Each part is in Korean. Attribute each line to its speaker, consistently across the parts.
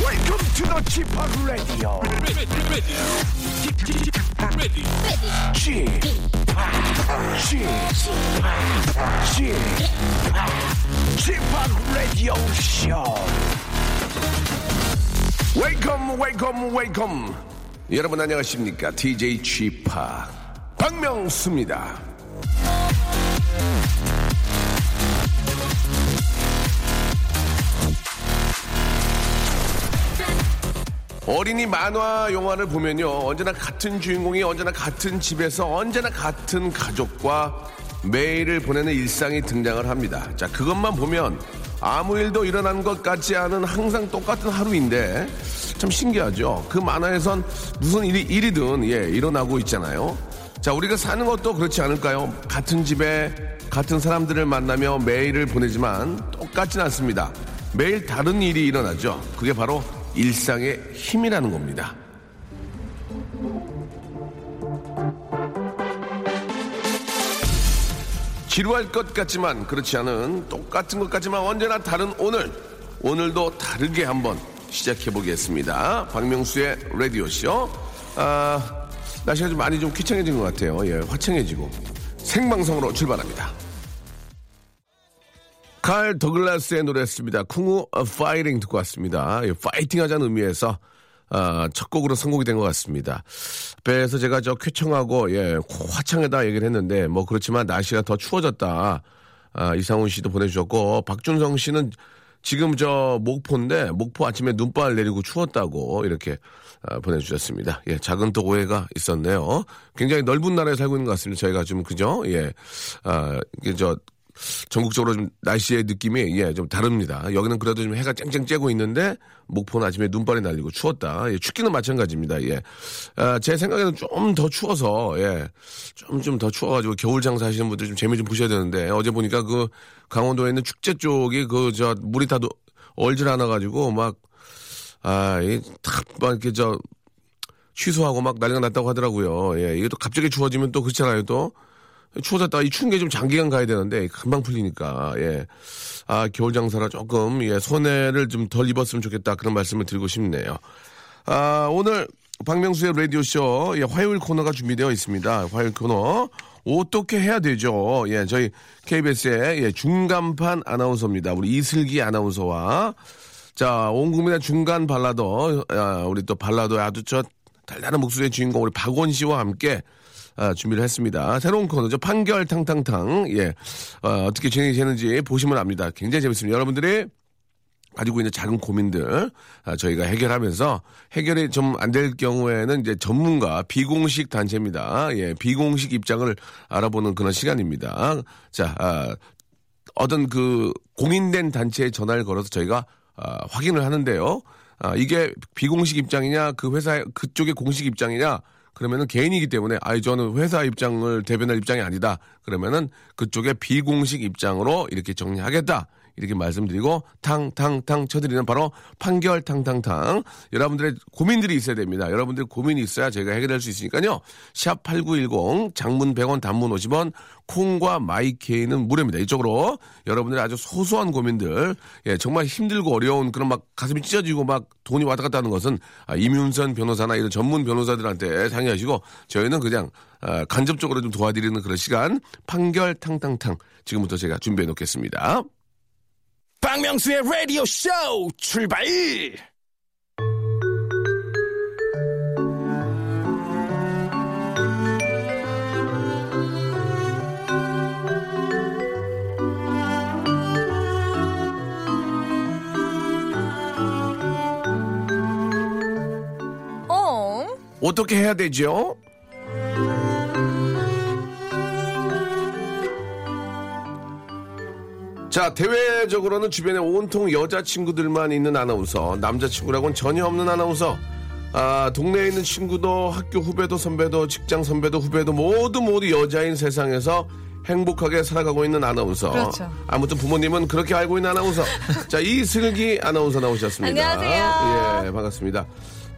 Speaker 1: Welcome to the g p o p Radio. g p g p g p Radio Show. Welcome, welcome, welcome. 여러분 안녕하십니까? DJ g p 박명수입니다. 어린이 만화 영화를 보면요 언제나 같은 주인공이 언제나 같은 집에서 언제나 같은 가족과 매일을 보내는 일상이 등장을 합니다. 자 그것만 보면 아무 일도 일어난 것 같지 않은 항상 똑같은 하루인데 참 신기하죠. 그 만화에선 무슨 일이 일이든 예 일어나고 있잖아요. 자 우리가 사는 것도 그렇지 않을까요? 같은 집에 같은 사람들을 만나며 매일을 보내지만 똑같진 않습니다. 매일 다른 일이 일어나죠. 그게 바로 일상의 힘이라는 겁니다. 지루할 것 같지만 그렇지 않은 똑같은 것 같지만 언제나 다른 오늘 오늘도 다르게 한번 시작해 보겠습니다. 박명수의 라디오 쇼. 아 날씨가 좀 많이 좀 쾌청해진 것 같아요. 예, 화창해지고 생방송으로 출발합니다. 칼 더글라스의 노래였습니다. 쿵우 어, 파이팅 듣고 왔습니다. 예, 파이팅 하자는 의미에서 아, 첫 곡으로 선곡이 된 것 같습니다. 배에서 제가 저 쾌청하고 예, 코 화창하다 얘기를 했는데 뭐 그렇지만 날씨가 더 추워졌다. 아, 이상훈 씨도 보내주셨고 박준성 씨는 지금 저 목포인데 목포 아침에 눈발 내리고 추웠다고 이렇게 아, 보내주셨습니다. 예, 작은 또 오해가 있었네요. 굉장히 넓은 나라에 살고 있는 것 같습니다. 저희가 좀 그죠? 예, 아, 이게 저 전국적으로 좀 날씨의 느낌이 예 좀 다릅니다. 여기는 그래도 좀 해가 쨍쨍 쬐고 있는데 목포는 아침에 눈발이 날리고 추웠다. 예, 춥기는 마찬가지입니다. 예, 아, 제 생각에는 좀 더 추워서 예좀 좀 더 추워가지고 겨울 장사하시는 분들 좀 재미 좀 보셔야 되는데 어제 보니까 그 강원도에 있는 축제 쪽이 그 저 물이 다 노- 얼질 않아 가지고 막 아, 이, 탁, 막, 이렇게, 저, 취소하고 막 난리가 났다고 하더라고요. 예, 이게 또 갑자기 추워지면 또 그렇잖아요, 또. 추워졌다가 이 추운 게 좀 장기간 가야 되는데, 금방 풀리니까, 예. 아, 겨울 장사라 조금, 예, 손해를 좀 덜 입었으면 좋겠다. 그런 말씀을 드리고 싶네요. 아, 오늘 박명수의 라디오쇼, 예, 화요일 코너가 준비되어 있습니다. 화요일 코너. 어떻게 해야 되죠? 예, 저희 KBS의 예, 중간판 아나운서입니다. 우리 이슬기 아나운서와 자, 온 국민의 중간 발라더, 아, 우리 또 발라더의 아주 저 달달한 목소리의 주인공 우리 박원 씨와 함께 아, 준비를 했습니다. 새로운 코너죠. 판결 탕탕탕. 예. 어, 어떻게 진행이 되는지 보시면 압니다. 굉장히 재밌습니다. 여러분들이 가지고 있는 작은 고민들 아, 저희가 해결하면서 해결이 좀 안 될 경우에는 이제 전문가 비공식 단체입니다. 예, 비공식 입장을 알아보는 그런 시간입니다. 자, 아, 어떤 그 공인된 단체에 전화를 걸어서 저희가 아, 확인을 하는데요. 아, 이게 비공식 입장이냐, 그 회사의 그쪽의 공식 입장이냐, 그러면은 개인이기 때문에, 아이, 저는 회사 입장을 대변할 입장이 아니다. 그러면은 그쪽의 비공식 입장으로 이렇게 정리하겠다. 이렇게 말씀드리고 탕탕탕 쳐드리는 바로 판결 탕탕탕 여러분들의 고민들이 있어야 됩니다. 여러분들의 고민이 있어야 저희가 해결할 수 있으니까요. 샵 8910 장문 100원 단문 50원 콩과 마이케이는 무료입니다. 이쪽으로 여러분들의 아주 소소한 고민들 예, 정말 힘들고 어려운 그런 막 가슴이 찢어지고 막 돈이 왔다 갔다 하는 것은 아, 임윤선 변호사나 이런 전문 변호사들한테 상의하시고 저희는 그냥 아, 간접적으로 좀 도와드리는 그런 시간 판결 탕탕탕 지금부터 제가 준비해 놓겠습니다. 박명수의 라디오 쇼 출발!
Speaker 2: 어?
Speaker 3: 어떻게 해야 되죠?
Speaker 1: 자, 대외적으로는 주변에 온통 여자친구들만 있는 아나운서, 남자친구라고는 전혀 없는 아나운서, 아, 동네에 있는 친구도 학교 후배도 선배도 직장 선배도 후배도 모두 모두 여자인 세상에서 행복하게 살아가고 있는 아나운서.
Speaker 4: 그렇죠.
Speaker 1: 아무튼 부모님은 그렇게 알고 있는 아나운서. 자, 이슬기 아나운서 나오셨습니다.
Speaker 4: 안녕하세요.
Speaker 1: 예, 반갑습니다.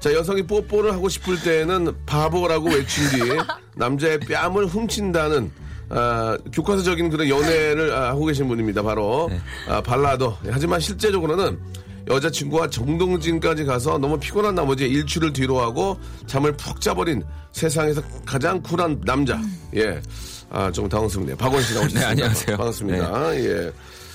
Speaker 1: 자, 여성이 뽀뽀를 하고 싶을 때는 바보라고 외친 뒤 남자의 뺨을 훔친다는 아, 교과서적인 그런 연애를 아, 하고 계신 분입니다. 바로
Speaker 5: 네.
Speaker 1: 아, 발라도. 하지만 실제적으로는 여자친구와 정동진까지 가서 너무 피곤한 나머지 일주를 뒤로하고 잠을 푹 자버린 세상에서 가장 쿨한 남자.
Speaker 4: 음.
Speaker 1: 예. 아, 좀 당황스럽네요. 박원 씨 나오셨습니다.
Speaker 5: 네, 안녕하세요.
Speaker 1: 반갑습니다. 예.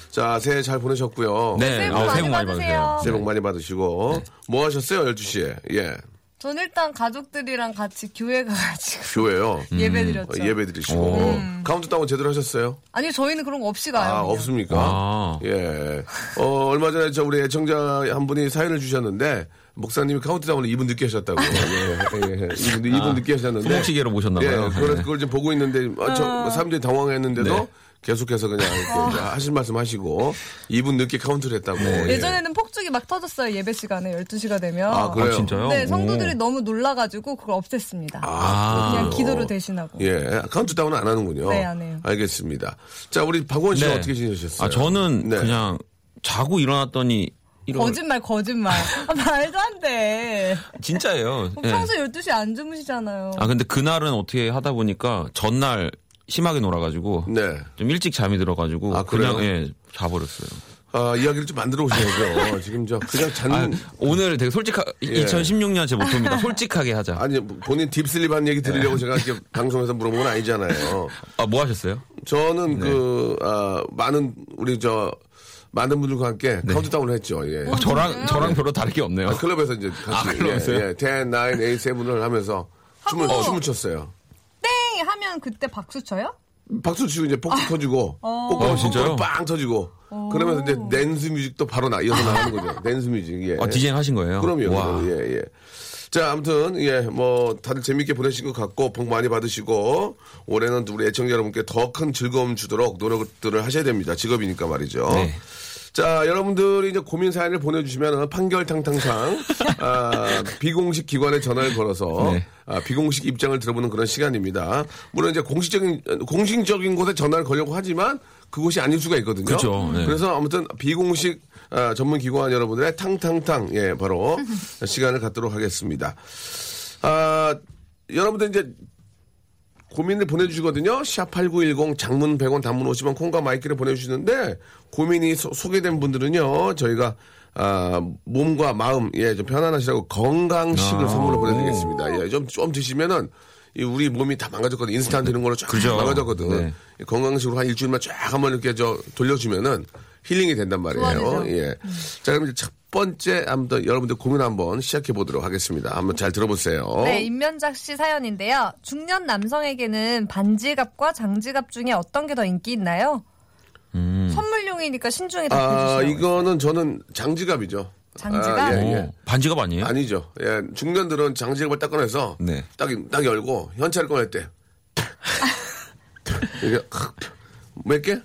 Speaker 1: 자, 새해 잘 보내셨고요.
Speaker 5: 네,
Speaker 4: 새해 복
Speaker 5: 아,
Speaker 4: 많이
Speaker 5: 새해 복 많이
Speaker 4: 받으세요.
Speaker 5: 받으세요.
Speaker 1: 새해 복 많이 받으시고. 뭐 하셨어요, 12시에? 예.
Speaker 4: 전 일단 가족들이랑 같이 교회 가가지고
Speaker 1: 교회요.
Speaker 4: 음. 예배
Speaker 1: 음,
Speaker 4: 드렸죠.
Speaker 1: 어,
Speaker 4: 어. 음.
Speaker 1: 예배 드리시고. 카운트다운 제대로 하셨어요?
Speaker 4: 아니 저희는 그런 거 없이 가요.
Speaker 1: 아,
Speaker 4: 그냥.
Speaker 1: 없습니까?
Speaker 5: 아.
Speaker 1: 예. 어, 얼마 전에 저 우리 애청자 한 분이 사연을 주셨는데, 목사님이 카운트다운을 2분 늦게
Speaker 4: 아.
Speaker 1: 하셨다고. 예, 예. 2분, 이분 늦게 하셨는데.
Speaker 5: 소목시계로 보셨나봐요.
Speaker 1: 예, 그걸, 그걸 지금 보고 있는데, 아, 저, 사람들이 당황했는데도
Speaker 5: 네.
Speaker 1: 계속해서 그냥 이렇게 하실 말씀 하시고, 2분 늦게 카운트를 했다고. 예.
Speaker 4: 아. 네. 예전에는 폭죽이 막 터졌어요. 예배 시간에 12시가 되면.
Speaker 1: 아, 그래요?
Speaker 5: 아, 진짜요?
Speaker 4: 네, 성도들이
Speaker 5: 오.
Speaker 4: 너무 놀라가지고 그걸 없앴습니다.
Speaker 1: 아,
Speaker 4: 그냥
Speaker 1: 그렇군요.
Speaker 4: 기도로 대신하고.
Speaker 1: 예, 카운트다운 안 하는군요.
Speaker 4: 네, 안 해요.
Speaker 1: 알겠습니다. 자, 우리 박원 씨는 어떻게 지내셨어요?
Speaker 5: 아, 저는
Speaker 1: 네.
Speaker 5: 그냥 자고 일어났더니 이런
Speaker 4: 거짓말, 거짓말. 아, 말도 안 돼.
Speaker 5: 진짜예요.
Speaker 4: 그럼
Speaker 5: 예.
Speaker 4: 평소 12시에 안 주무시잖아요.
Speaker 5: 아 근데 그날은 어떻게 하다 보니까 전날 심하게 놀아가지고
Speaker 1: 네.
Speaker 5: 좀 일찍 잠이 들어가지고
Speaker 1: 아, 그래요?
Speaker 5: 그냥 예, 자버렸어요.
Speaker 1: 아, 이야기를 좀 만들어 오셔야죠. 지금 저 그냥 잔
Speaker 5: 아, 오늘 되게 솔직하 2016년 제 모토입니다. 솔직하게 하자.
Speaker 1: 예. 아니 본인 딥슬립 한 얘기 들으려고 제가 이렇게 방송에서 물어본 건 아니잖아요.
Speaker 5: 아, 뭐 하셨어요?
Speaker 1: 저는 그 아, 많은 우리 저 많은 분들과 함께 카운트다운을 했죠. 예.
Speaker 4: 뭐
Speaker 5: 아, 저랑 저랑 별로 다르게 없네요.
Speaker 1: 아, 클럽에서 이제 같이
Speaker 5: 아, 클럽에서요?
Speaker 1: 예, 예. 10, 9, 8, 7을 하면서 춤을
Speaker 4: 하고.
Speaker 1: 춤을 췄어요.
Speaker 4: 땡! 네, 하면 그때 박수 쳐요?
Speaker 1: 박수 치고 이제 폭주 터지고 꼬꼬로
Speaker 5: 어, 진짜요?
Speaker 1: 빵 터지고 그러면서 이제 댄스 뮤직도 바로 나 이어서 나가는 거죠. 댄스 뮤직. 예.
Speaker 5: 아, 디제잉 하신 거예요?
Speaker 1: 그럼요.
Speaker 5: 와.
Speaker 1: 그럼요. 예, 예. 자, 아무튼, 예, 뭐, 다들 재밌게 보내신 것 같고, 복 많이 받으시고, 올해는 우리 애청자 여러분께 더 큰 즐거움 주도록 노력들을 하셔야 됩니다. 직업이니까 말이죠.
Speaker 5: 네.
Speaker 1: 자, 여러분들이 이제 고민 사연을 보내주시면 판결탕탕상, 아, 비공식 기관에 전화를 걸어서,
Speaker 5: 네.
Speaker 1: 아, 비공식 입장을 들어보는 그런 시간입니다. 물론 이제 공식적인, 공식적인 곳에 전화를 걸려고 하지만, 그곳이 아닐 수가 있거든요.
Speaker 5: 그렇죠. 네.
Speaker 1: 래서 아무튼 비공식 아, 전문 기관 여러분들의 탕탕탕 예 바로 시간을 갖도록 하겠습니다. 아, 여러분들 이제 고민을 보내주시거든요. 샵8910 장문 100원 단문 50원 콩과 마이크를 보내주시는데 고민이 소, 개된 분들은요. 저희가 아, 몸과 마음 예 좀 편안하시라고 건강식을
Speaker 5: 아.
Speaker 1: 선물로 보내드리겠습니다. 예, 좀, 좀 드시면은 이 우리 몸이 다 망가졌거든. 인스턴트 이런 걸로 쫙
Speaker 5: 그죠.
Speaker 1: 망가졌거든.
Speaker 5: 네.
Speaker 1: 이 건강식으로 한 일주일만 쫙 한번 이렇게 저 돌려주면은 힐링이 된단 말이에요.
Speaker 4: 좋아지죠.
Speaker 1: 예. 자, 그럼 이제 첫 번째 한번 여러분들 고민 한번 시작해 보도록 하겠습니다. 한번 잘 들어보세요.
Speaker 4: 네, 임면작 씨 사연인데요. 중년 남성에게는 반지갑과 장지갑 중에 어떤 게 더 인기 있나요? 선물용이니까 신중히
Speaker 1: 음. 아,
Speaker 4: 답해 주시요
Speaker 1: 이거는 저는 장지갑이죠.
Speaker 4: 장지갑?
Speaker 1: 아, 예,
Speaker 5: 오,
Speaker 1: 예.
Speaker 5: 반지갑 아니에요?
Speaker 1: 아니죠. 예, 중년들은 장지갑을 딱 꺼내서
Speaker 5: 네.
Speaker 1: 딱, 딱 열고 현찰을 꺼낼 때 이게 몇 개?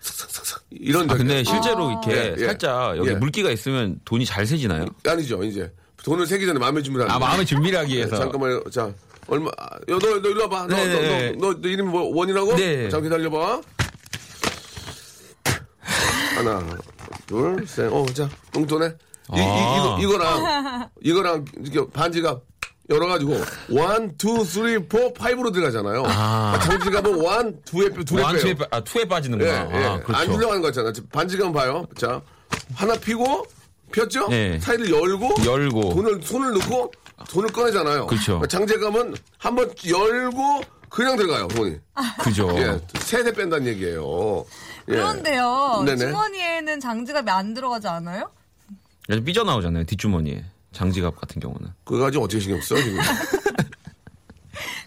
Speaker 1: 슥슥슥슥 이런
Speaker 5: 아, 근데
Speaker 1: 적이-
Speaker 5: 실제로 이렇게
Speaker 1: 예, 예.
Speaker 5: 살짝 여기
Speaker 1: 예.
Speaker 5: 물기가 있으면 돈이 잘 새지나요?
Speaker 1: 아니죠. 이제 돈을 세기 전에 마음의 준비를
Speaker 5: 아,
Speaker 1: 하는
Speaker 5: 마음의 준비를 하기 위해서.
Speaker 1: 잠깐만요. 자, 얼마? 아, 야, 너, 너 일로 와봐. 너,
Speaker 5: 네,
Speaker 1: 너,
Speaker 5: 네.
Speaker 1: 너, 너, 너 이름이 뭐, 원이라고?
Speaker 5: 네.
Speaker 1: 잠깐 기다려봐. 하나, 둘, 셋. 어, 자, 용돈에. 이, 이,
Speaker 5: 아.
Speaker 1: 이거, 이거랑, 이거랑, 이렇게 반지갑 열어가지고, 원, 투, 쓰리, 포, 파이브로 들어가잖아요.
Speaker 5: 아.
Speaker 1: 장지갑은 원, 두에, 빼- 둘에
Speaker 5: 완
Speaker 1: 빼요.
Speaker 5: 투에 빠- 아, 투에
Speaker 1: 예,
Speaker 5: 빠지는구나.
Speaker 1: 예.
Speaker 5: 아,
Speaker 1: 안
Speaker 5: 그렇죠.
Speaker 1: 들려가는 거잖아. 반지갑 봐요. 자, 하나 피고, 폈죠?
Speaker 5: 예.
Speaker 1: 사이를 열고,
Speaker 5: 열고. 그렇죠.
Speaker 1: 돈을, 손을 넣고, 돈을 꺼내잖아요. 그러니까
Speaker 5: 그쵸.
Speaker 1: 장재감은 한번 열고, 그냥 들어가요, 돈이.
Speaker 5: 그죠.
Speaker 1: 예, 세대 뺀다는 얘기예요. 예.
Speaker 4: 그런데요.
Speaker 1: 네네.
Speaker 4: 주머니에는 장지갑이 안 들어가지 않아요?
Speaker 5: 그래서 삐져나오잖아요. 뒷주머니에. 장지갑 같은 경우는.
Speaker 1: 그거 가지고 어떻게 신경 써, 지금.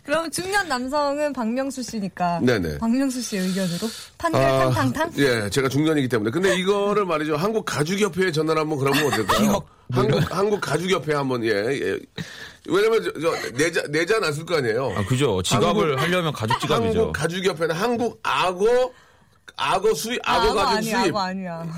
Speaker 4: 그럼 중년 남성은 박명수 씨니까.
Speaker 1: 네네.
Speaker 4: 박명수 씨의 의견으로
Speaker 1: 아,
Speaker 4: 탄탄탕탕탕.
Speaker 1: 예, 제가 중년이기 때문에. 근데 이거를 말이죠. 한국 가죽협회에 전화를 한번 그러면 어떨까요? 한국, 한국 가죽협회 한번, 예, 예. 왜냐면, 저, 저 내자, 내자 났을 거 아니에요.
Speaker 5: 아, 그죠. 지갑을 하려면 가죽 지갑이죠.
Speaker 1: 한국 가죽협회는 한국 악어 악어 수입,
Speaker 4: 아,
Speaker 1: 악어
Speaker 4: 악어
Speaker 1: 가죽
Speaker 4: 아니야,
Speaker 1: 수입.
Speaker 4: 악어 아니야.
Speaker 1: 네.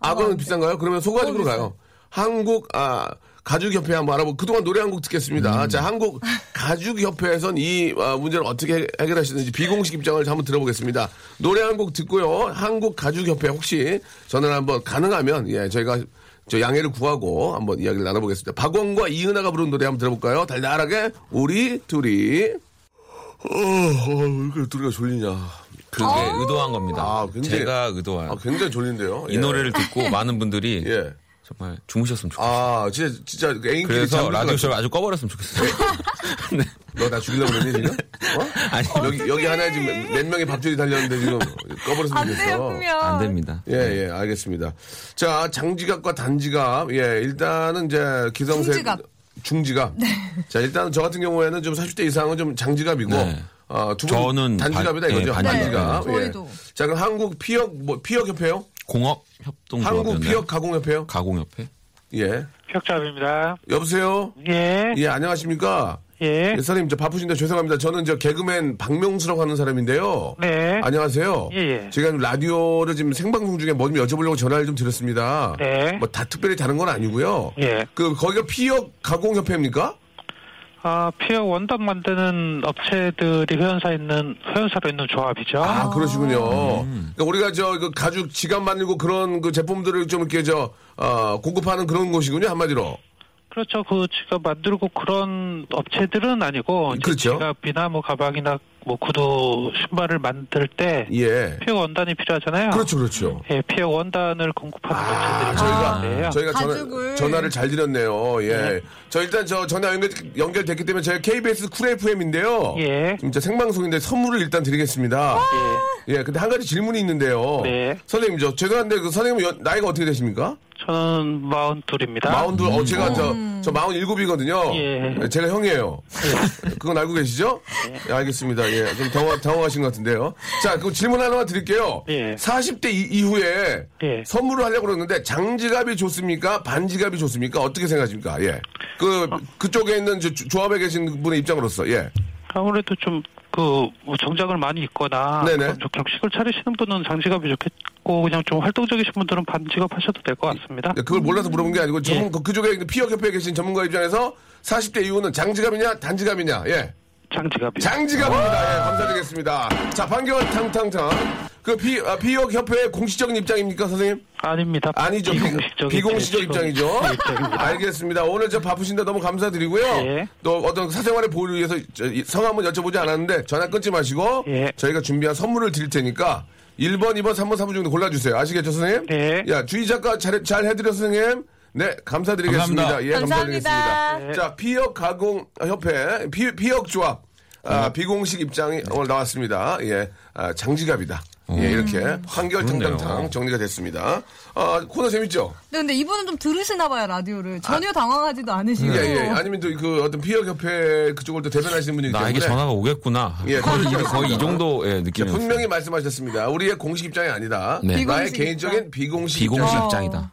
Speaker 1: 악어는 비싼가요? 그러면 소가죽으로 가요. 한국 아 가죽협회 한번 알아보고 그동안 노래 한 곡 듣겠습니다. 자, 한국 가죽협회에선 이 아, 문제를 어떻게 해결하시는지 비공식 입장을 한번 들어보겠습니다. 노래 한 곡 듣고요. 한국 가죽협회 혹시 전화를 한번 가능하면 예 저희가 저 양해를 구하고 한번 이야기를 나눠보겠습니다. 박원과 이은아가 부른 노래 한번 들어볼까요? 달달하게 우리 둘이 어, 어, 왜 이렇게 둘이가 졸리냐?
Speaker 5: 그게 의도한 겁니다.
Speaker 1: 아, 굉장히-
Speaker 5: 제가 의도한
Speaker 1: 아, 굉장히 졸린데요.
Speaker 5: 이
Speaker 1: 예.
Speaker 5: 노래를 듣고 많은 분들이
Speaker 1: 예.
Speaker 5: 정말 주무셨으면 좋겠어요.
Speaker 1: 아, 진짜, 진짜, 애인끼리
Speaker 5: 그래서
Speaker 1: 잠들 것
Speaker 5: 라디오
Speaker 1: 같아.
Speaker 5: 쇼를 아주 꺼버렸으면 좋겠어요. 네.
Speaker 1: 너나 죽이려고 그러니, 지금? 어?
Speaker 5: 아니,
Speaker 1: 여기, 여기 하나에 지금 몇, 몇 명의 밥줄이 달렸는데 지금 꺼버렸으면
Speaker 4: 안 돼요,
Speaker 1: 좋겠어.
Speaker 4: 꾸며.
Speaker 5: 안 됩니다.
Speaker 1: 예, 예, 알겠습니다. 자, 장지갑과 단지갑. 예, 일단은 이제 기성세.
Speaker 4: 중지갑. 네.
Speaker 1: 중지갑. 자, 일단은 저 같은 경우에는 좀 40대 이상은 좀 장지갑이고.
Speaker 5: 네.
Speaker 1: 아, 두 분.
Speaker 5: 저는
Speaker 1: 단지갑이다
Speaker 5: 반-
Speaker 1: 이거죠.
Speaker 5: 예,
Speaker 4: 반지갑.
Speaker 1: 단지갑.
Speaker 4: 네,
Speaker 1: 예.
Speaker 4: 저희도.
Speaker 1: 자, 그럼 한국 피역, 뭐, 피역협회요?
Speaker 5: 공업 협동조합이었나요?
Speaker 1: 한국 피역 가공협회요?
Speaker 5: 가공협회?
Speaker 1: 예.
Speaker 6: 혁잡입니다.
Speaker 1: 여보세요?
Speaker 3: 네.
Speaker 6: 예,
Speaker 1: 예, 안녕하십니까?
Speaker 6: 예,
Speaker 1: 예, 선생님, 저 바쁘신데 죄송합니다. 저는 저 개그맨 박명수라고 하는 사람인데요.
Speaker 6: 네.
Speaker 1: 안녕하세요.
Speaker 6: 예, 예.
Speaker 1: 제가 지금 라디오를 지금 생방송 중에 뭐 좀 여쭤보려고 전화를 좀 드렸습니다.
Speaker 6: 네.
Speaker 1: 뭐 다 특별히 다른 건 아니고요.
Speaker 6: 예.
Speaker 1: 그 거기가 피역 가공협회입니까?
Speaker 6: 아, 피어 원단 만드는 업체들이 회원사 있는, 회원사로 있는 조합이죠.
Speaker 1: 아, 그러시군요. 그러니까 우리가 저 그 가죽 지갑 만들고 그런 그 제품들을 좀 이렇게 저 어, 공급하는 그런 곳이군요 한마디로.
Speaker 6: 그렇죠. 그 지갑 만들고 그런 업체들은 아니고, 이제
Speaker 1: 그렇죠.
Speaker 6: 지갑이나 뭐 가방이나 뭐 구두, 신발을 만들 때,
Speaker 1: 예.
Speaker 6: 피어 원단이 필요하잖아요.
Speaker 1: 그렇죠, 그렇죠.
Speaker 6: 예, 피어 원단을 공급하는
Speaker 1: 아,
Speaker 6: 업체들이
Speaker 1: 저희가
Speaker 6: 많은데요.
Speaker 1: 저희가
Speaker 4: 가죽을.
Speaker 1: 전화, 를잘 드렸네요. 예. 저 일단 저 전화 연결, 연결됐기 때문에 저희 KBS 쿨 FM인데요.
Speaker 6: 예.
Speaker 1: 지금 저 생방송인데 선물을 일단 드리겠습니다. 예. 근데 한 가지 질문이 있는데요.
Speaker 6: 네.
Speaker 1: 선생님 저 죄송한데 그 선생님 연- 나이가 어떻게 되십니까?
Speaker 6: 저는 마흔 둘입니다. 음.
Speaker 1: 마흔두 어 제가 저저 마흔 일곱이거든요.
Speaker 6: 예.
Speaker 1: 제가 형이에요. 그건 알고 계시죠? 예, 알겠습니다. 예. 좀 당황 당황하신 것 같은데요. 자, 그럼 질문 하나만 드릴게요.
Speaker 6: 예.
Speaker 1: 40대 이, 후에
Speaker 6: 예.
Speaker 1: 선물을 하려고 그러는데 장지갑이 좋습니까? 반지갑이 좋습니까? 어떻게 생각하십니까? 예. 그
Speaker 6: 어.
Speaker 1: 그쪽에 있는 저 조- 조합에 계신 분의 입장으로서 예.
Speaker 6: 아무래도 좀, 그, 뭐 정장을 많이 입거나,
Speaker 1: 네네.
Speaker 6: 그런 좀 격식을 차리시는 분은 장지갑이 좋겠고, 그냥 좀 활동적이신 분들은 반지갑 하셔도 될 것 같습니다.
Speaker 1: 네, 그걸 몰라서 물어본 게
Speaker 6: 예.
Speaker 1: 아니고 전문 그- 그쪽에 있는 피어 협회에 계신 전문가 입장에서 40대 이후는 장지갑이냐 단지갑이냐 예.
Speaker 6: 장지갑이요.
Speaker 1: 장지갑입니다. 예, 감사드리겠습니다. 자, 반겨울 탕탕탕. 그 비, 아, 비역협회의 공식적인 입장입니까, 선생님?
Speaker 6: 아닙니다.
Speaker 1: 아니죠. 비-
Speaker 6: 비공식적인
Speaker 1: 비공식적 입장이죠.
Speaker 6: 입장입니다.
Speaker 1: 알겠습니다. 오늘 저 바쁘신데 너무 감사드리고요.
Speaker 6: 예.
Speaker 1: 또 어떤 사생활의 보호를 위해서 저- 이성 한번 여쭤보지 않았는데 전화 끊지 마시고
Speaker 6: 예.
Speaker 1: 저희가 준비한 선물을 드릴 테니까 1번, 2번, 3번, 4번 중에 골라주세요. 아시겠죠, 선생님?
Speaker 6: 네.
Speaker 1: 야, 주의 작가 잘, 잘 해드렸어, 선생님. 네, 감사드리겠습니다.
Speaker 5: 감사합니다.
Speaker 1: 예,
Speaker 4: 감사합니다.
Speaker 1: 감사드리겠습니다.
Speaker 6: 네.
Speaker 1: 자, 피역 가공 협회 피, 피역 조합
Speaker 5: 음.
Speaker 1: 아, 비공식 입장이 오늘 나왔습니다. 예, 아, 장지갑이다. 예, 이렇게 한결
Speaker 5: 음. 그렇네요.
Speaker 1: 탕탕탕 정리가 됐습니다. 아, 코너 재밌죠?
Speaker 4: 네, 근데 이분은 좀 들으시나 봐요, 라디오를. 전혀 당황하지도 않으시고.
Speaker 1: 아. 예, 예. 아니면 또 그 어떤 피역 협회 그쪽을 또 대변하시는 분이기 때문에
Speaker 5: 나에게 전화가 오겠구나.
Speaker 1: 예,
Speaker 5: 거의,
Speaker 1: 그렇습니다.
Speaker 5: 이- 거의 이 정도의
Speaker 1: 예,
Speaker 5: 느낌이었어요.
Speaker 1: 분명히 말씀하셨습니다. 우리의 공식 입장이 아니다.
Speaker 5: 네.
Speaker 1: 나의
Speaker 4: 비공식
Speaker 1: 개인적인 비공식
Speaker 5: 비공식
Speaker 1: 입장.
Speaker 5: 입장이다.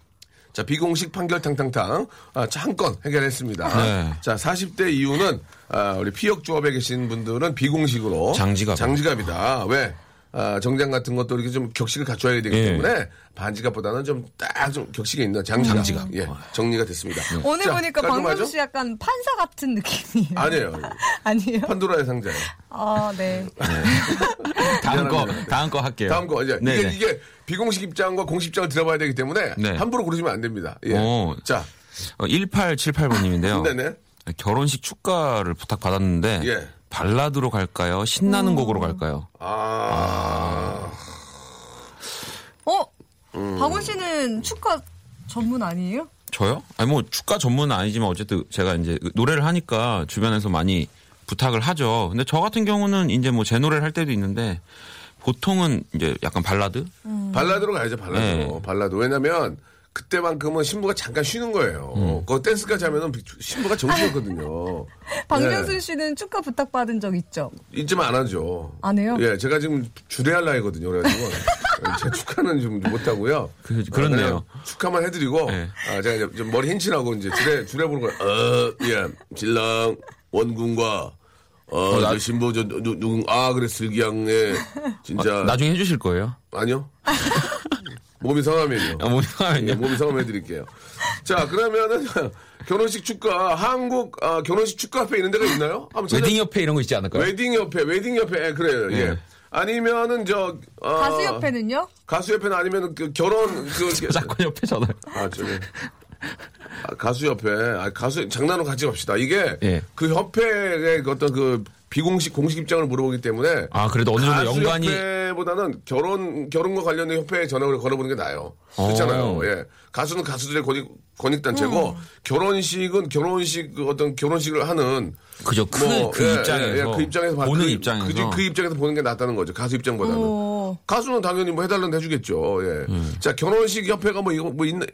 Speaker 1: 자, 비공식 판결 탕탕탕. 아, 자, 한 건 해결했습니다.
Speaker 5: 네.
Speaker 1: 자, 40대 이후는, 아, 우리 피역 조합에 계신 분들은 비공식으로.
Speaker 5: 장지갑.
Speaker 1: 이다 왜? 아, 정장 같은 것도 이렇게 좀 격식을 갖춰야 되기
Speaker 5: 예.
Speaker 1: 때문에 반지갑보다는 좀 딱 좀 격식이 있는 장지갑.
Speaker 5: 장지갑. 아. 네.
Speaker 1: 예, 정리가 됐습니다.
Speaker 4: 오늘
Speaker 1: 자,
Speaker 4: 보니까
Speaker 1: 깔끔하죠?
Speaker 4: 방금 씨 약간 판사 같은 느낌이에요.
Speaker 1: 아니에요.
Speaker 4: 아니에요?
Speaker 1: 판도라의 상자예요.
Speaker 4: 아, 네.
Speaker 5: 다음 거,
Speaker 1: 아. 미안합니다.
Speaker 5: 다음 거 할게요.
Speaker 1: 다음 거 이제
Speaker 5: 네,
Speaker 1: 이게,
Speaker 5: 네.
Speaker 1: 이게 비공식 입장과 공식 입장을 들어봐야 되기 때문에
Speaker 5: 네.
Speaker 1: 함부로 고르시면 안 됩니다. 예.
Speaker 5: 오.
Speaker 1: 자,
Speaker 5: 어, 1878번님인데요.
Speaker 1: 네네.
Speaker 5: 결혼식 축가를 부탁받았는데
Speaker 1: 예.
Speaker 5: 발라드로 갈까요? 신나는 곡으로 갈까요?
Speaker 1: 아,
Speaker 4: 어?
Speaker 1: 음.
Speaker 4: 박원 씨는 축가 전문 아니에요?
Speaker 5: 저요? 아니 뭐 축가 전문은 아니지만 어쨌든 제가 이제 노래를 하니까 주변에서 많이 부탁을 하죠. 근데 저 같은 경우는 이제 뭐 제 노래를 할 때도 있는데 보통은 이제 약간 발라드?
Speaker 1: 음.
Speaker 4: 음.
Speaker 1: 발라드로 가야죠, 발라드로.
Speaker 5: 네.
Speaker 1: 발라드. 왜냐면, 그때만큼은 신부가 잠깐 쉬는 거예요.
Speaker 5: 음.
Speaker 1: 그거 댄스까지 하면은 신부가 정신 없거든요.
Speaker 4: 박명순
Speaker 1: 예.
Speaker 4: 씨는 축가 부탁받은 적 있죠?
Speaker 1: 잊지만 안 하죠.
Speaker 4: 안 해요?
Speaker 1: 예, 제가 지금 주례할 나이거든요. 그래가지고. 제 축하는 좀 못하고요. 아,
Speaker 5: 그- 그렇네요.
Speaker 1: 그냥 축하만 해드리고,
Speaker 5: 예.
Speaker 1: 아, 제가 이제 좀 머리 힌치라고 이제 주례, 주례 보는 거예요. 어, 예, 신랑, 원군과,
Speaker 5: 어,
Speaker 1: 어, 저 신부, 저, 누, 누, 아, 그래, 슬기양의, 진짜.
Speaker 5: 나중에 해주실 거예요?
Speaker 1: 아니요. 몸이 상하면요.
Speaker 5: 아, 몸이 상하면요?
Speaker 1: 예, 몸이 상하면 해드릴게요. 자, 그러면은 결혼식 축가 한국 아, 결혼식 축가 협회 이런 데가 있나요? 한번 찾아-
Speaker 7: 웨딩 협회 이런 거 있지 않을까요?
Speaker 1: 웨딩 협회, 웨딩 협회 예, 그래요. 예.
Speaker 5: 예.
Speaker 1: 아니면은 저 어,
Speaker 4: 가수 협회는요?
Speaker 1: 가수 협회는 아니면 그 결혼 그
Speaker 5: 저작권 옆에 전화.
Speaker 1: 아, 저기. 아, 가수 협회. 아, 가수 장난으로 같이 갑시다. 이게
Speaker 5: 예.
Speaker 1: 그 협회의 그 어떤 그 비공식 공식 입장을 물어보기 때문에
Speaker 5: 아, 그래도 어느 정도
Speaker 1: 가수
Speaker 5: 연관이-
Speaker 1: 협회보다는 결혼 결혼과 관련된 협회에 전화를 걸어보는 게 나아요. 그렇잖아요.
Speaker 5: 어.
Speaker 1: 예. 가수는 가수들의 권익 권익 단체고 결혼식은 결혼식 그 어떤 결혼식을 하는
Speaker 5: 그죠. 큰 그
Speaker 1: 예,
Speaker 5: 입장에서.
Speaker 1: 예, 그 입장에서 봐-
Speaker 5: 보는
Speaker 1: 그,
Speaker 5: 입장에서.
Speaker 1: 그지, 그, 입장에서 보는 게 낫다는 거죠. 가수 입장보다는.
Speaker 4: 오.
Speaker 1: 가수는 당연히 뭐 해달라는 데 해주겠죠. 예.
Speaker 5: 음.
Speaker 1: 자 결혼식 협회가 뭐 이거 뭐 있나?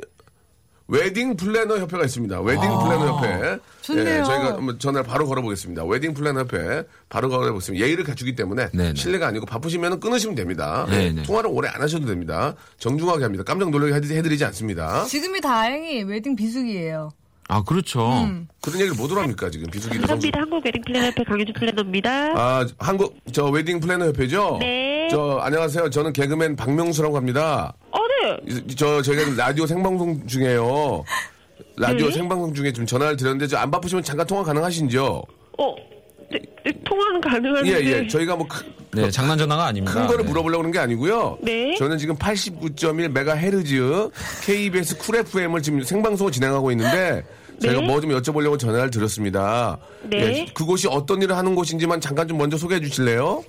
Speaker 1: 웨딩 플래너 협회가 있습니다. 웨딩
Speaker 5: 아.
Speaker 1: 플래너 협회.
Speaker 4: 좋네요.
Speaker 1: 예, 저희가 한번 전화를 바로 걸어보겠습니다. 웨딩 플래너 협회 바로 걸어보겠습니다. 예의를 갖추기 때문에
Speaker 5: 네네.
Speaker 1: 실례가 아니고 바쁘시면 끊으시면 됩니다.
Speaker 5: 네네.
Speaker 1: 통화를 오래 안 하셔도 됩니다. 정중하게 합니다. 깜짝 놀라게 해드- 해드리지 않습니다.
Speaker 4: 지금이 다행히 웨딩 비수기예요.
Speaker 5: 아, 그렇죠.
Speaker 8: 음.
Speaker 1: 그런 얘기를 뭐들 합니까 지금 비수기 대성수
Speaker 8: 감사합니다. 한국 웨딩 플래너 협회 강유주 플래너입니다.
Speaker 1: 아, 한국 저 웨딩 플래너 협회죠?
Speaker 8: 네.
Speaker 1: 저 안녕하세요. 저는 개그맨 박명수라고 합니다.
Speaker 8: 어, 네.
Speaker 1: 이- 저 저희가 지금 라디오 생방송 중에요.
Speaker 8: 네.
Speaker 1: 라디오 생방송 중에 지금 전화를 드렸는데 저 안 바쁘시면 잠깐 통화 가능하신지요?
Speaker 8: 어, 네, 네, 통화는 가능한데.
Speaker 1: 예, 예. 저희가 뭐 큰
Speaker 7: 네, 장난 전화가 아닙니다.
Speaker 1: 거를
Speaker 7: 네.
Speaker 1: 물어보려고 하는 게 아니고요.
Speaker 8: 네.
Speaker 1: 저는 지금 89.1 메가헤르츠 KBS 쿨 FM을 지금 생방송을 진행하고 있는데 저희가
Speaker 8: 네.
Speaker 1: 뭐 좀 여쭤보려고 전화를 드렸습니다.
Speaker 8: 네.
Speaker 1: 예, 그곳이 어떤 일을 하는 곳인지만 잠깐 좀 먼저 소개해 주실래요?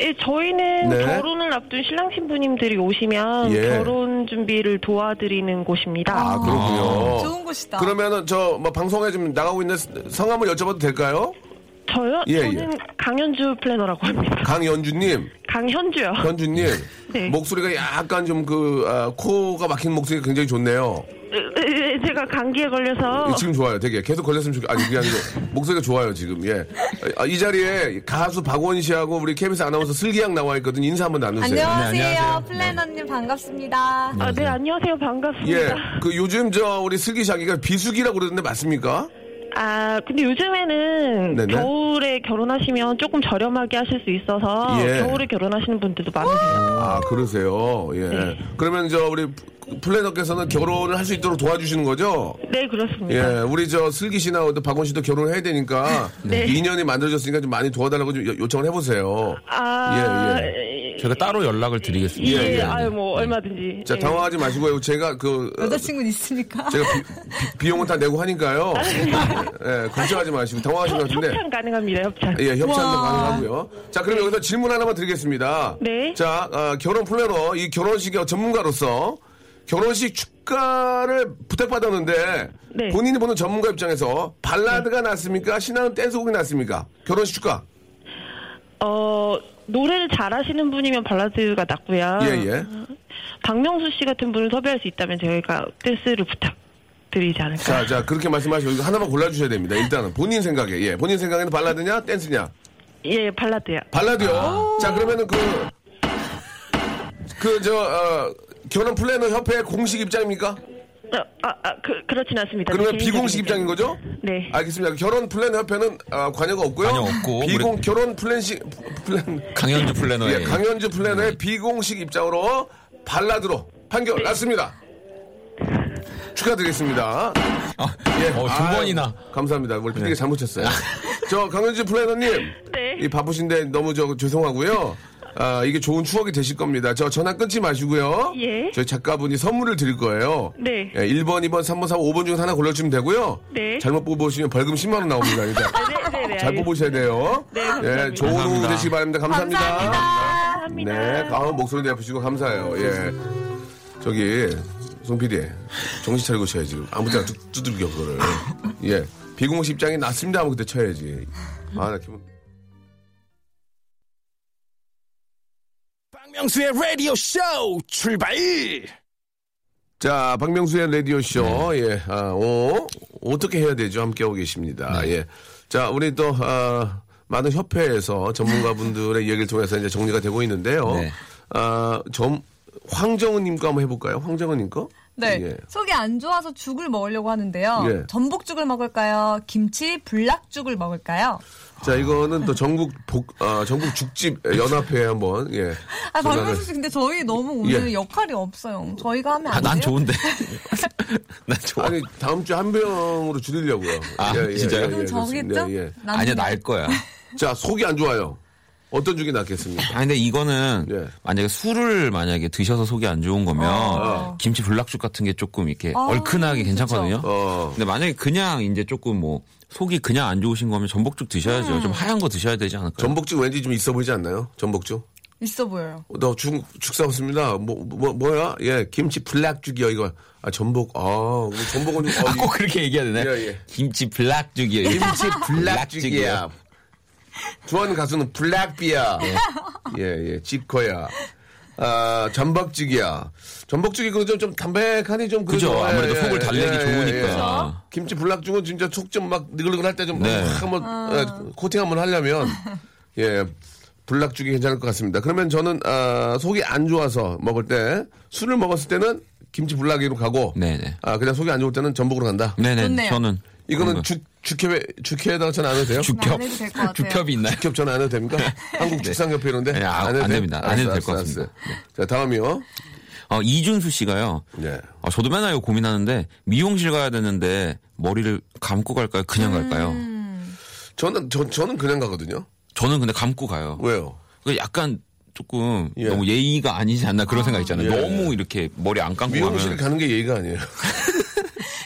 Speaker 8: 예, 저희는
Speaker 1: 네.
Speaker 8: 결혼을 앞둔 신랑 신부님들이 오시면
Speaker 1: 예.
Speaker 8: 결혼 준비를 도와드리는 곳입니다.
Speaker 1: 아, 그렇군요.
Speaker 4: 좋은 곳이다.
Speaker 1: 그러면은 저 뭐 방송에 지금 나가고 있는 성함을 여쭤봐도 될까요?
Speaker 8: 저요?
Speaker 1: 예,
Speaker 8: 저는 강현주 플래너라고 합니다.
Speaker 1: 강연주님,
Speaker 8: 강현주요.
Speaker 1: 현주님
Speaker 8: 네.
Speaker 1: 목소리가 약간 좀 그 코가 막힌 목소리가 굉장히 좋네요.
Speaker 8: 예, 예, 제가 감기에
Speaker 9: 어.
Speaker 8: 걸려서
Speaker 1: 지금 좋아요, 되게 계속 걸렸으면 좋겠. 아니 그게 아니고 목소리가 좋아요 지금. 예, 아, 이 자리에 가수 박원 씨하고 우리 KBS 아나운서 슬기양 나와 있거든. 요 인사 한번 나누세요.
Speaker 4: 안녕하세요.
Speaker 7: 네, 안녕하세요.
Speaker 4: 플래너님 반갑습니다.
Speaker 8: 아, 네, 안녕하세요. 반갑습니다.
Speaker 1: 예, 그 요즘 저 우리 슬기 자기가 비수기라고 그러던데 맞습니까?
Speaker 8: 아, 근데 요즘에는
Speaker 1: 네네.
Speaker 8: 겨울에 결혼하시면 조금 저렴하게 하실 수 있어서
Speaker 1: 예.
Speaker 8: 겨울에 결혼하시는 분들도 많으세요.
Speaker 1: 아 그러세요. 예. 그러면 저 우리 플래너께서는 결혼을 할 수 있도록 도와주시는 거죠?
Speaker 8: 네, 그렇습니다.
Speaker 1: 예, 우리 저 슬기 씨나 또 박원 씨도 결혼을 해야 되니까
Speaker 8: 네.
Speaker 1: 인연이 만들어졌으니까 좀 많이 도와달라고 좀 요- 요청을 해보세요.
Speaker 8: 아,
Speaker 1: 예,
Speaker 7: 제가 따로 연락을
Speaker 8: 예,
Speaker 7: 드리겠습니다.
Speaker 8: 예, 아유, 뭐, 얼마든지.
Speaker 1: 자
Speaker 8: 예.
Speaker 1: 당황하지 마시고요. 제가 그 어,
Speaker 4: 여자친구는 있으니까.
Speaker 1: 제가 비, 용은다 내고 하니까요. 예, 걱정하지 마시고 당황하신 것 같은데.
Speaker 8: 협찬 가능합니다, 협찬.
Speaker 1: 예, 협찬도 가능하고요. 자, 그럼 여기서 질문 하나만 드리겠습니다.
Speaker 8: 네.
Speaker 1: 자, 아, 결혼 플래너 이 결혼식의 전문가로서 결혼식 축가를 부탁받았는데
Speaker 8: 네.
Speaker 1: 본인이 보는 전문가 입장에서 발라드가 낫습니까? 신나는 댄스곡이 낫습니까? 결혼식 축가.
Speaker 8: 어, 노래를 잘하시는 분이면 발라드가 낫고요.
Speaker 1: 예, 예.
Speaker 8: 박명수 씨 같은 분을 섭외할 수 있다면 저희가 댄스를 부탁드리지 않을까.
Speaker 1: 자, 자, 그렇게 말씀하시고 이거 하나만 골라주셔야 됩니다. 일단은 본인 생각에. 예, 본인 생각에는 발라드냐, 댄스냐.
Speaker 8: 예, 발라드요.
Speaker 1: 발라드요.
Speaker 8: 아.
Speaker 1: 자, 그러면은 그, 그, 저, 어, 결혼 플래너 협회 공식 입장입니까?
Speaker 8: 아, 아, 아, 그, 그렇진 않습니다.
Speaker 1: 그러면
Speaker 8: 개인적인
Speaker 1: 비공식 입장인 거죠?
Speaker 8: 네.
Speaker 1: 알겠습니다. 결혼 플랜 협회는 아, 관여가 없고요.
Speaker 7: 관여 없고,
Speaker 1: 비공
Speaker 7: 우리- 네.
Speaker 1: 결혼 플랜식 플랜
Speaker 7: 강현주 플래너의
Speaker 1: 예, 강현주
Speaker 7: 네.
Speaker 1: 플랜의 비공식 입장으로 발라드로 판결
Speaker 8: 네.
Speaker 1: 났습니다. 축하드리겠습니다. 예,
Speaker 7: 어, 두
Speaker 1: 아유,
Speaker 7: 번이나. 네. 아.
Speaker 1: 감사합니다. 우리 PD가 잘못 쳤어요. 저 강현주 플래너님,
Speaker 8: 네.
Speaker 1: 이 바쁘신데 너무 저 죄송하고요. 아, 이게 좋은 추억이 되실 겁니다. 저 전화 끊지 마시고요.
Speaker 8: 예.
Speaker 1: 저희 작가분이 선물을 드릴 거예요.
Speaker 8: 네.
Speaker 1: 예, 1번, 2번, 3번, 4번, 5번 중에 하나 골라주시면 되고요.
Speaker 8: 네.
Speaker 1: 잘못 뽑으시면 벌금 10만 원 나옵니다. 그러니까
Speaker 8: 네, 네,
Speaker 1: 잘
Speaker 8: 알겠습니다.
Speaker 1: 뽑으셔야 돼요.
Speaker 8: 네, 감사합니다.
Speaker 1: 예, 좋은 오후 되시기 바랍니다.
Speaker 8: 감사합니다.
Speaker 1: 네, 아우 목소리 내주시고 감사해요. 예, 저기 송 PD 정신 차리고 쳐야지. 아무 때나 두- 두들겨 그거를. 예, 비공식 입장이 낫습니다 하면 그때 쳐야지. 아, 나 기분.
Speaker 3: 박명수의 라디오 쇼 출발!
Speaker 1: 자, 박명수의 라디오 쇼.
Speaker 5: 네.
Speaker 1: 예, 아, 오, 어떻게 해야 되죠? 함께하고 계십니다.
Speaker 5: 네.
Speaker 1: 예, 자, 우리 또 아, 많은 협회에서 전문가분들의 이야기를 통해서 이제 정리가 되고 있는데요.
Speaker 7: 네.
Speaker 1: 아, 점 황정은님 거 한번 해볼까요? 황정은님 거?
Speaker 4: 네.
Speaker 1: 예.
Speaker 4: 속이 안 좋아서 죽을 먹으려고 하는데요.
Speaker 1: 예.
Speaker 4: 전복죽을 먹을까요? 김치 불락죽을 먹을까요?
Speaker 1: 자, 이거는 또 전국 복, 아, 전국 죽집 연합회에 한번, 예.
Speaker 4: 아,
Speaker 1: 전화를-
Speaker 4: 박명수 씨, 근데 저희 너무 오늘
Speaker 1: 예.
Speaker 4: 역할이 없어요. 저희가 하면 안
Speaker 5: 아,
Speaker 4: 돼요?
Speaker 5: 난 좋은데. 난 좋아.
Speaker 1: 아니, 다음 주에 한 병으로 줄이려고요. 예,
Speaker 5: 아, 진짜요?
Speaker 4: 그럼
Speaker 1: 그렇습니다.
Speaker 4: 저겠죠?
Speaker 1: 예.
Speaker 4: 남-
Speaker 5: 아니야, 날 거야.
Speaker 1: 자, 속이 안 좋아요. 어떤 죽이 낫겠습니까?
Speaker 5: 아 근데 이거는
Speaker 1: 예. 어,
Speaker 5: 만약에 술을 만약에 드셔서 속이 안 좋은 거면 김치 불락죽 같은 게 조금 이렇게
Speaker 4: 어,
Speaker 5: 얼큰하게 괜찮거든요.
Speaker 1: 어,
Speaker 5: 근데 만약에 그냥 이제 조금 뭐 속이 그냥 안 좋으신 거면 전복죽 드셔야죠.
Speaker 4: 음.
Speaker 5: 좀 하얀 거 드셔야 되지 않을까요?
Speaker 1: 네. 전복죽 왠지 좀 있어 보이지 않나요? 전복죽?
Speaker 4: 있어 보여요.
Speaker 1: 너죽죽 사왔습니다. 뭐, 뭐, 뭐야? 예, 김치 불락죽이요, 이거. 아, 전복, 아, 우리 전복은 좀, 어,
Speaker 5: 아, 꼭 그렇게 얘기해야 되네.
Speaker 1: 예, 예.
Speaker 5: 김치 불락죽이에요.
Speaker 1: 김치 불락죽이야. 좋아하는 가수는 블락비야. 예, 예, 지커야. 아, 전복죽이야. 전복죽이 그좀 좀 담백하니 좀
Speaker 5: 그죠?
Speaker 1: 그래도- 예,
Speaker 5: 아무래도 속을 달래기 좋으니까.
Speaker 1: 김치 불락죽은 진짜 속 좀 막 느글느글 할 때좀
Speaker 5: 네.
Speaker 1: 한번 예, 코팅 한번 하려면 예. 불락죽이 괜찮을 것 같습니다. 그러면 저는 아, 속이 안 좋아서 먹을 때 술을 먹었을 때는 김치 불락이로 가고
Speaker 5: 네네.
Speaker 1: 아, 그냥 속이 안 좋을 때는 전복으로 간다.
Speaker 5: 네네.
Speaker 4: 좋네요.
Speaker 5: 저는
Speaker 1: 이거는 죽 죽회 죽회에다가 전안 해도 돼요?
Speaker 4: 안 해도 될것 같아요.
Speaker 5: 죽협이 있나요?
Speaker 1: 직접 전화 안 해도 됩니까? 한국축산협회 이런데?
Speaker 5: 네, 아, 안
Speaker 1: 돼요?
Speaker 5: 됩니다. 안
Speaker 1: 알았어,
Speaker 5: 해도 될것
Speaker 1: 알았어,
Speaker 5: 같습니다. 네.
Speaker 1: 알았어. 자, 다음이요.
Speaker 5: 어, 이준수 씨가요.
Speaker 1: 네.
Speaker 5: 어, 저도 맨날 이거 고민하는데 미용실 가야 되는데 머리를 감고 갈까요? 그냥 갈까요?
Speaker 4: 음.
Speaker 1: 저는, 저, 저는 그냥 가거든요.
Speaker 5: 저는 근데 감고 가요.
Speaker 1: 왜요?
Speaker 5: 그 약간 조금
Speaker 1: 예.
Speaker 5: 너무 예의가 아니지 않나 그런 생각 있잖아요.
Speaker 1: 예.
Speaker 5: 너무 이렇게 머리 안 감고
Speaker 1: 미용실
Speaker 5: 가면
Speaker 1: 가는 게 예의가 아니에요.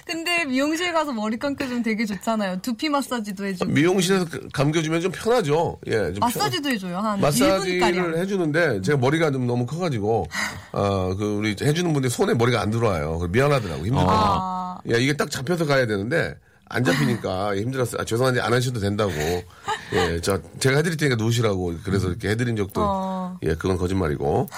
Speaker 4: 근데 미용실 가서 머리 감겨주면 되게 좋잖아요. 두피 마사지도 해주고.
Speaker 1: 미용실에서 그- 감겨주면 좀 편하죠. 예, 좀
Speaker 4: 마사지도 해줘요. 한
Speaker 1: 편-
Speaker 4: 1분가량.
Speaker 1: 마사지를 해주는데 제가 머리가 좀 너무 커가지고 아, 그 우리 해주는 분이 손에 머리가 안 들어와요. 그래서 미안하더라고 힘들더라고.
Speaker 4: 아,
Speaker 1: 야 이게 딱 잡혀서 가야 되는데 안 잡히니까 힘들었어요. 아, 죄송한데 안 하셔도 된다고. 예, 저 제가 해드릴 테니까 놓으시라고 그래서 이렇게 해드린 적도
Speaker 4: 어.
Speaker 1: 예 그건 거짓말이고.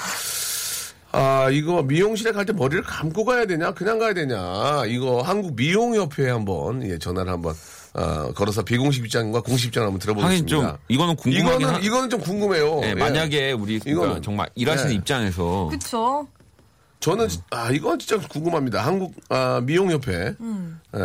Speaker 1: 아 이거 미용실에 갈 때 머리를 감고 가야 되냐 그냥 가야 되냐 이거 한국 미용협회에 한번 예 전화를 한번 아, 걸어서 비공식 입장과 공식 입장을 한번
Speaker 5: 하긴
Speaker 1: 들어보겠습니다.
Speaker 5: 좀 이거는 궁금하긴
Speaker 1: 이거는
Speaker 5: 하-
Speaker 1: 이거는 좀 궁금해요.
Speaker 5: 예,
Speaker 1: 예.
Speaker 5: 만약에 우리 그러니까
Speaker 1: 이거는-
Speaker 5: 정말 일하시는
Speaker 1: 예.
Speaker 5: 입장에서
Speaker 4: 그쵸.
Speaker 1: 저는 지- 아 이건 진짜 궁금합니다. 한국 아, 미용협회
Speaker 4: 음.
Speaker 1: 에,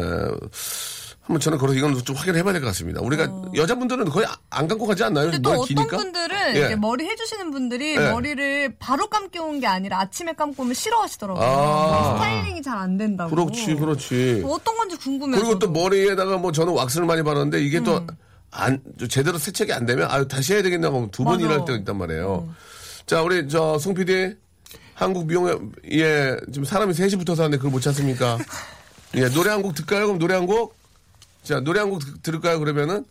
Speaker 1: 한번 저는 걸어서 이건 좀 확인해봐야 될 것 같습니다. 우리가 여자분들은 거의 아- 안 감고 가지 않나요?
Speaker 4: 어. 근데 또
Speaker 1: 머리
Speaker 4: 어떤
Speaker 1: 기니까?
Speaker 4: 분들은
Speaker 1: 예.
Speaker 4: 이제 뭐 머리 해주시는 분들이
Speaker 1: 예.
Speaker 4: 머리를 바로 감겨 온 게 아니라 아침에 감고 오면 싫어하시더라고요.
Speaker 1: 아.
Speaker 4: 스타일링이 잘 안 된다고. 뭐
Speaker 1: 그렇지 그렇지.
Speaker 4: 어떤 건지 궁금해요.
Speaker 1: 그리고 또
Speaker 4: 저도.
Speaker 1: 머리에다가 뭐 저는 왁스를 많이 바르는데 이게
Speaker 4: 음.
Speaker 1: 또 안 제대로 세척이 안 되면 아 다시 해야 되겠나 하고 두 번
Speaker 4: 맞아. 음.
Speaker 1: 일할 때가 있단 말이에요. 자 우리 저송 PD 한국 미용협 예 지금 사람이 셋이 붙어서 하는데 그걸 못 찾습니까? 예 노래 한 곡 듣까요? 그럼 노래 한 곡. 자 노래 한 곡 들을까요? 그러면은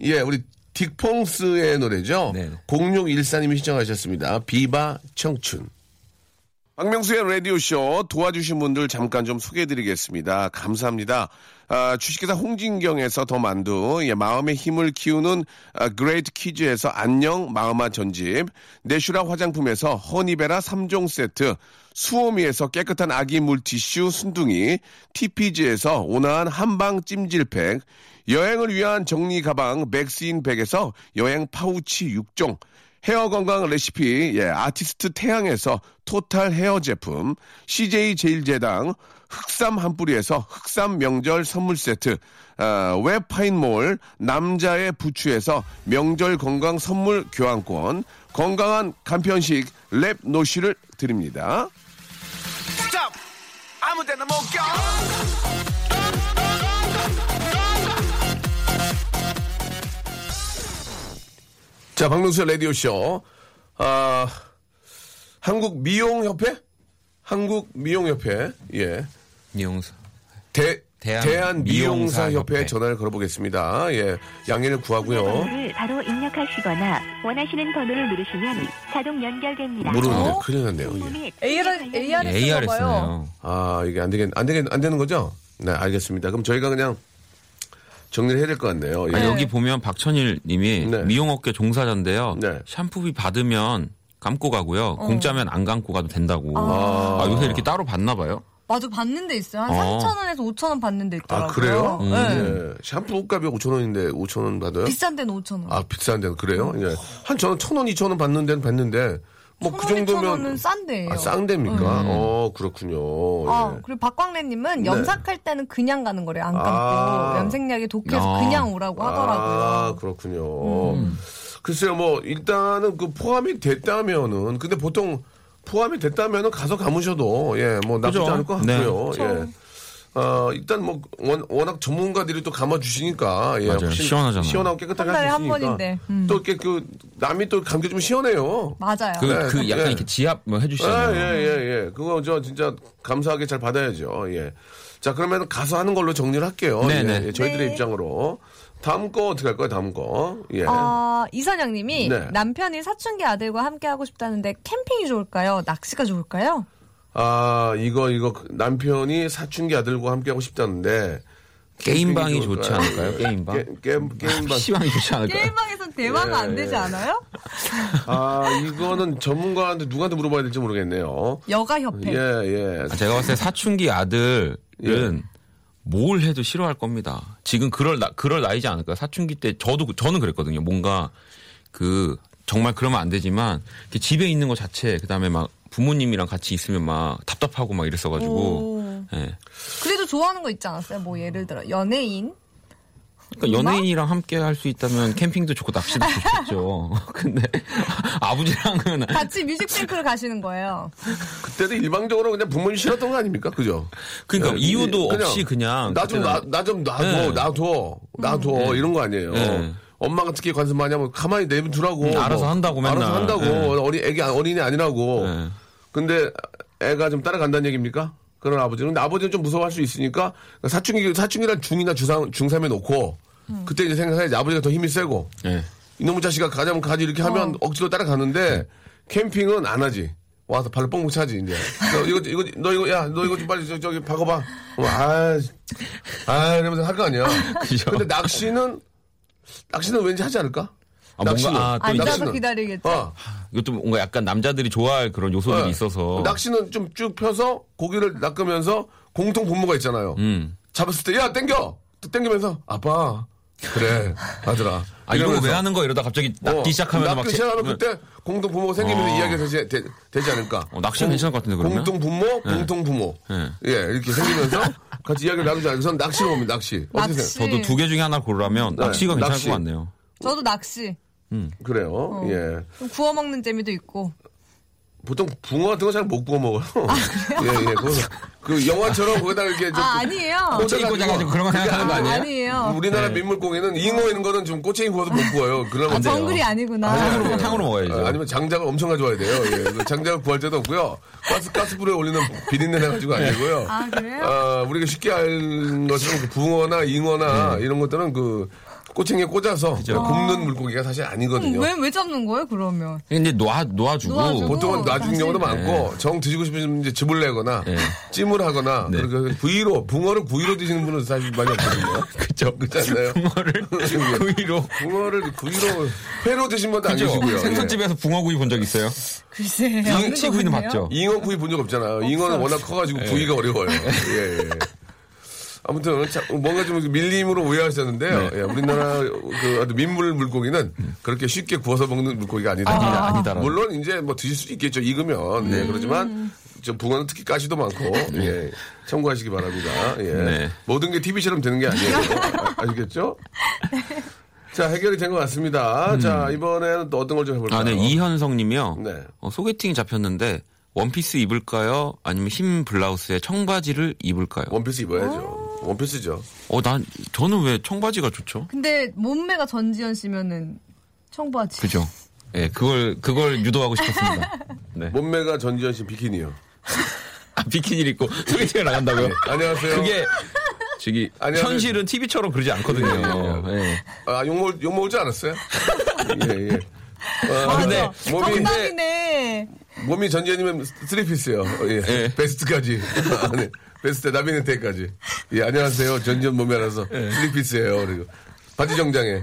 Speaker 1: 예 우리 딕펑스의 노래죠.
Speaker 5: 네.
Speaker 1: 0614님이 시청하셨습니다. 비바 청춘. 박명수의 라디오쇼 도와주신 분들 잠깐 좀 소개해드리겠습니다. 감사합니다. 아, 주식회사 홍진경에서 더 만두, 예, 마음의 힘을 키우는 아, 그레이트 키즈에서 안녕 마음아 전집, 내슈라 화장품에서 허니베라 3종 세트, 수오미에서 깨끗한 아기 물티슈 순둥이, TPG에서 온화한 한방 찜질팩, 여행을 위한 정리 가방 맥스인 백에서 여행 파우치 6종, 헤어 건강 레시피 예, 아티스트 태양에서 토탈 헤어 제품 CJ 제일제당 흑삼 한 뿌리에서 흑삼 명절 선물 세트 아, 웹파인몰 남자의 부추에서 명절 건강 선물 교환권 건강한 간편식 랩노시를 드립니다.
Speaker 3: 스탑! 아무데나 못 가!
Speaker 1: 자, 박명수의 라디오쇼. 아, 한국 미용협회? 한국 미용협회. 예.
Speaker 5: 미용사
Speaker 1: 대,
Speaker 5: 대한
Speaker 1: 대한 미용사 협회에
Speaker 5: 미용사협회.
Speaker 1: 전화를 걸어보겠습니다. 예. 양해를 구하고요.
Speaker 9: 번호를 네, 바로 입력하시거나 원하시는 번호를 누르시면 자동 연결됩니다.
Speaker 1: 모르는데
Speaker 4: 어?
Speaker 1: 큰일 났네요. 예.
Speaker 9: 이
Speaker 4: AR, ARS
Speaker 5: AR
Speaker 4: 봐요.
Speaker 5: 쓰네요.
Speaker 1: 아, 이게 안 되겠, 안 되겠, 안 되는 거죠? 네, 알겠습니다. 그럼 저희가 그냥 정리를 해야 될 것 같네요.
Speaker 5: 아,
Speaker 1: 예.
Speaker 5: 여기 보면 박천일 님이
Speaker 1: 네.
Speaker 5: 미용업계 종사자인데요.
Speaker 1: 네.
Speaker 5: 샴푸비 받으면 감고 가고요.
Speaker 4: 어.
Speaker 5: 공짜면 안 감고 가도 된다고. 아, 요새 이렇게 따로 받나 봐요.
Speaker 4: 맞아, 받는 데 있어요. 한
Speaker 5: 어.
Speaker 4: 3,000원에서 5,000원 받는 데 있더라고요.
Speaker 1: 아, 그래요?
Speaker 4: 네.
Speaker 1: 예. 샴푸 값이 5천원인데 5천원 받아요?
Speaker 4: 비싼 데는 5,000원.
Speaker 1: 아, 비싼 데는 그래요? 예. 한 저는 천원, 이천원 받는 데는 받는데 뭐 그
Speaker 4: 1,000원,
Speaker 1: 정도면
Speaker 4: 2,000원은 싼 데예요.
Speaker 1: 아, 쌍대입니까? 어, 그렇군요.
Speaker 4: 아,
Speaker 1: 예. 네.
Speaker 4: 그리고 박광래님은 염색할 때는 그냥 가는 거래요. 안 감고
Speaker 1: 아.
Speaker 4: 염색약이 독해서
Speaker 5: 아.
Speaker 4: 그냥 오라고 하더라고요.
Speaker 1: 아, 그렇군요. 글쎄요, 뭐, 일단은 그 포함이 됐다면은, 근데 보통 포함이 됐다면은 가서 감으셔도, 예, 뭐, 나쁘지
Speaker 5: 그죠.
Speaker 1: 않을 것
Speaker 5: 네.
Speaker 1: 같고요. 예. 어, 일단 뭐, 원, 워낙 전문가들이 또 감아주시니까, 예.
Speaker 5: 맞아요.
Speaker 1: 훨씬
Speaker 5: 시원하잖아요.
Speaker 1: 시원하고 깨끗하게
Speaker 4: 한 달에 한
Speaker 1: 하시니까.
Speaker 4: 번인데. 음.
Speaker 1: 또 이렇게 그, 남이 또 감겨주면 시원해요.
Speaker 4: 맞아요.
Speaker 7: 그,
Speaker 1: 네,
Speaker 7: 그 약간
Speaker 1: 예.
Speaker 7: 이렇게 지압 뭐
Speaker 1: 아,
Speaker 7: 해주시잖아요.
Speaker 1: 예, 예, 예. 그거 저 진짜 감사하게 잘 받아야죠. 예. 자, 그러면 가서 하는 걸로 정리를 할게요.
Speaker 5: 네,
Speaker 1: 예,
Speaker 5: 네.
Speaker 1: 예, 저희들의
Speaker 4: 네.
Speaker 1: 입장으로. 다음 거 어떻게 할 거예요, 다음 거? 예.
Speaker 4: 아, 이선영님이
Speaker 1: 네.
Speaker 4: 남편이 사춘기 아들과 함께 하고 싶다는데 캠핑이 좋을까요? 낚시가 좋을까요?
Speaker 1: 아, 이거, 이거, 그 남편이 사춘기 아들과 함께하고 싶다는데.
Speaker 5: 게임방이
Speaker 1: 캠핑이
Speaker 5: 좋지
Speaker 1: 좋을까요?
Speaker 5: 않을까요? 게임방.
Speaker 1: 예.
Speaker 5: 아,
Speaker 1: 게, 게임, 게임방.
Speaker 5: PC방이 좋지 않을까요?
Speaker 4: 게임방에선 대화가
Speaker 1: 예,
Speaker 4: 안 되지
Speaker 1: 예.
Speaker 4: 않아요?
Speaker 1: 아, 이거는 전문가한테 누구한테 물어봐야 될지 모르겠네요.
Speaker 4: 여가협회.
Speaker 1: 예, 예.
Speaker 5: 아, 제가 봤을 때 사춘기 아들은 뭘 해도 싫어할 겁니다. 지금 그럴 나, 그럴 나이지 않을까요? 사춘기 때 저도 그- 저는 그랬거든요. 뭔가 그 정말 그러면 안 되지만 이렇게 집에 있는 것 자체 그다음에 막 부모님이랑 같이 있으면 막 답답하고 막 이랬어가지고
Speaker 4: 오.
Speaker 5: 예.
Speaker 4: 그래도 좋아하는 거 있지 않았어요? 뭐 예를 들어 연예인?
Speaker 5: 그러니까 연예인이랑 함께 할 수 있다면 캠핑도 좋고 낚시도 좋겠죠. 근데 아버지랑은
Speaker 4: 같이 뮤직뱅크를 가시는 거예요.
Speaker 1: 그때는 일방적으로 그냥 부모님 싫었던 거 아닙니까? 그죠?
Speaker 5: 그러니까
Speaker 1: 예,
Speaker 5: 이유도
Speaker 1: 이- 그냥
Speaker 5: 없이 그냥
Speaker 1: 나 좀, 나,
Speaker 5: 그때는-
Speaker 1: 나 좀 놔둬,
Speaker 5: 네. 음.
Speaker 1: 놔둬, 놔둬, 이런 거 아니에요.
Speaker 5: 네.
Speaker 1: 엄마가 특히 관심 많이 하면 가만히 내버두라고. 뭐,
Speaker 5: 음, 알아서 한다고 맨날.
Speaker 1: 알아서 한다고.
Speaker 5: 네.
Speaker 1: 어린, 애기, 어린이 아니라고.
Speaker 5: 예.
Speaker 1: 근데 애가 좀 따라간다는 얘기입니까? 그런 아버지는 근데 아버지는 좀 무서워할 수 있으니까 사춘기 사춘기를 중이나 주상 중삼에 놓고 그때 이제 생각해야지 아버지가 더 힘이 세고
Speaker 5: 예.
Speaker 1: 이놈의 자식아 뭐 가자면 가지 이렇게 하면
Speaker 5: 어.
Speaker 1: 억지로 따라가는데 캠핑은 안 하지 와서 발로 뻥뻥 차지 이제 너 이거 이거 너 이거 야 너 이거 좀 빨리 저, 저기 박아봐 아아 아, 이러면서 할 거 아니야
Speaker 5: 그죠.
Speaker 1: 근데 낚시는 낚시는 왠지 하지 않을까?
Speaker 5: 아, 뭔가- 아, 또
Speaker 4: 앉아서 기다리겠죠?
Speaker 1: 어.
Speaker 5: 이것도 뭔가 약간 남자들이 좋아할 그런 요소들이
Speaker 1: 네.
Speaker 5: 있어서
Speaker 1: 낚시는 좀 쭉 펴서 고기를 낚으면서 공통 분모가 있잖아요.
Speaker 5: 음.
Speaker 1: 잡았을 때 야 땡겨 또 땡기면서 아빠 그래 아들아
Speaker 5: 아, 이런 거
Speaker 1: 이러면서.
Speaker 5: 왜 하는 거 이러다 갑자기
Speaker 1: 어,
Speaker 5: 낚기 시작하면 막
Speaker 1: 낚기
Speaker 5: 제- 네.
Speaker 1: 시작하면 그때 공동 부모가 생기면서
Speaker 5: 어.
Speaker 1: 이야기가 되지, 되, 되지 않을까
Speaker 5: 어, 낚시는 괜찮을 것 같은데, 그러면?
Speaker 1: 공동 부모 공동 부모
Speaker 5: 네.
Speaker 1: 예 이렇게 생기면서 같이 이야기를 나누지 않을까 저는 낚시로 봅니다 낚시 어떻게
Speaker 4: 낚시.
Speaker 1: 생각
Speaker 5: 저도 두 개 중에 하나 고르라면
Speaker 1: 네,
Speaker 5: 낚시가 괜찮을
Speaker 1: 낚시.
Speaker 5: 것 같네요.
Speaker 4: 저도 낚시.
Speaker 1: 그래요
Speaker 4: 어.
Speaker 1: 예
Speaker 4: 좀 구워 먹는 재미도 있고.
Speaker 1: 보통 붕어 같은 거 잘 못 구워 먹어요 예예 그거- 그 영화처럼 거기다 이렇게 좀
Speaker 4: 아, 아, 아니에요.
Speaker 1: 꽂아가지고-
Speaker 5: 꼬챙이 꽂아가지고 그런 거
Speaker 1: 그게
Speaker 5: 생각하는 거
Speaker 4: 아,
Speaker 5: 아니에요? 네.
Speaker 4: 아니에요.
Speaker 1: 우리나라 민물고기는 잉어 있는 거는 좀 꼬챙이 구워서 못 구워요. 그러면
Speaker 4: 아,
Speaker 1: 안 돼요.
Speaker 4: 정글이 아니구나.
Speaker 5: 탕으로, 탕으로 먹어야죠.
Speaker 1: 아, 아니면 장작을 엄청 가져와야 돼요. 예. 그 장작을 구할 데도 없고요. 가스 가스불에 올리는 비린내 나가지고 안 되고요.
Speaker 4: 아, 그래요?
Speaker 1: 아, 우리가 쉽게 아는 것처럼 그 붕어나
Speaker 5: 음.
Speaker 1: 잉어나 이런 것들은 그 꼬챙이에 꽂아서 그 굽는 물고기가 사실 아니거든요.
Speaker 4: 왜, 왜 잡는 거예요, 그러면?
Speaker 5: 이제 놓아, 놓아주고.
Speaker 4: 놓아주고.
Speaker 1: 보통은 놔주는
Speaker 4: 사실-
Speaker 1: 경우도
Speaker 5: 네.
Speaker 1: 많고 정 드시고 싶으시면 이제 즙을 내거나 찜을 하거나
Speaker 5: 네.
Speaker 1: 그렇게 구이로 붕어를 구이로 드시는 분은 사실 많이 없거든요.
Speaker 5: 그쵸.
Speaker 1: 그렇지 않나요?
Speaker 5: 붕어를 구이로.
Speaker 1: 붕어를 구이로 회로 드신 분도
Speaker 5: 그 그죠?
Speaker 1: 아니시고요. 예.
Speaker 5: 생선집에서 붕어구이 본 적 있어요?
Speaker 4: 글쎄.
Speaker 5: 네. 양치구이는 봤죠?
Speaker 1: 잉어 구이 본 적 없잖아요. 잉어는 워낙 커가지고 구이가 어려워요. 예, 예. 아무튼 자, 뭔가 좀 밀림으로 오해하셨는데요.
Speaker 5: 네.
Speaker 1: 예, 우리나라 그 아주 민물 물고기는 그렇게 쉽게 구워서 먹는 물고기가 아니다.
Speaker 5: 음. 아니다, 아니다라는. 음.
Speaker 1: 물론 이제 뭐 드실 수도 있겠죠. 익으면 예, 그렇지만 저 붕어는 특히 가시도 많고 예, 참고하시기 바랍니다. 예.
Speaker 5: 네.
Speaker 1: 모든 게 TV처럼 되는 게 아니에요. 아, 아시겠죠?
Speaker 5: 네.
Speaker 1: 자 해결이 된 것 같습니다. 자 이번에는 또 어떤 걸 좀 해볼까요?
Speaker 5: 음. 아, 네. 이현성 님이요.
Speaker 1: 네.
Speaker 5: 어, 소개팅이 잡혔는데, 원피스 입을까요? 아니면 흰 블라우스에 청바지를 입을까요?
Speaker 1: 원피스 입어야죠. 원피스죠.
Speaker 5: 어, 난, 저는 왜 청바지가 좋죠?
Speaker 4: 근데 몸매가 전지현 씨면은 청바지.
Speaker 5: 그죠. 예, 그걸, 그걸 유도하고 싶었습니다. 네.
Speaker 1: 몸매가 전지현 씨 비키니요.
Speaker 5: 아, 비키니를 입고 소개팅을 나간다고요?
Speaker 1: 네. 안녕하세요.
Speaker 5: 그게 저기
Speaker 1: 안녕하세요.
Speaker 5: 현실은 TV처럼 그러지 않거든요. 예.
Speaker 1: 아, 욕, 먹, 욕 먹을 줄 알았어요? 예, 예. 아,
Speaker 5: 근데
Speaker 4: 어, 그
Speaker 1: 몸이,
Speaker 4: 정답이네.
Speaker 1: 몸이 전지현이면 쓰리피스요. 예.
Speaker 5: 예.
Speaker 1: 베스트까지. 아, 네. 베스트, 나비는 태까지. 예, 안녕하세요. 전지현 몸이 알아서 쓰리피스예요 그리고 바지 정장에.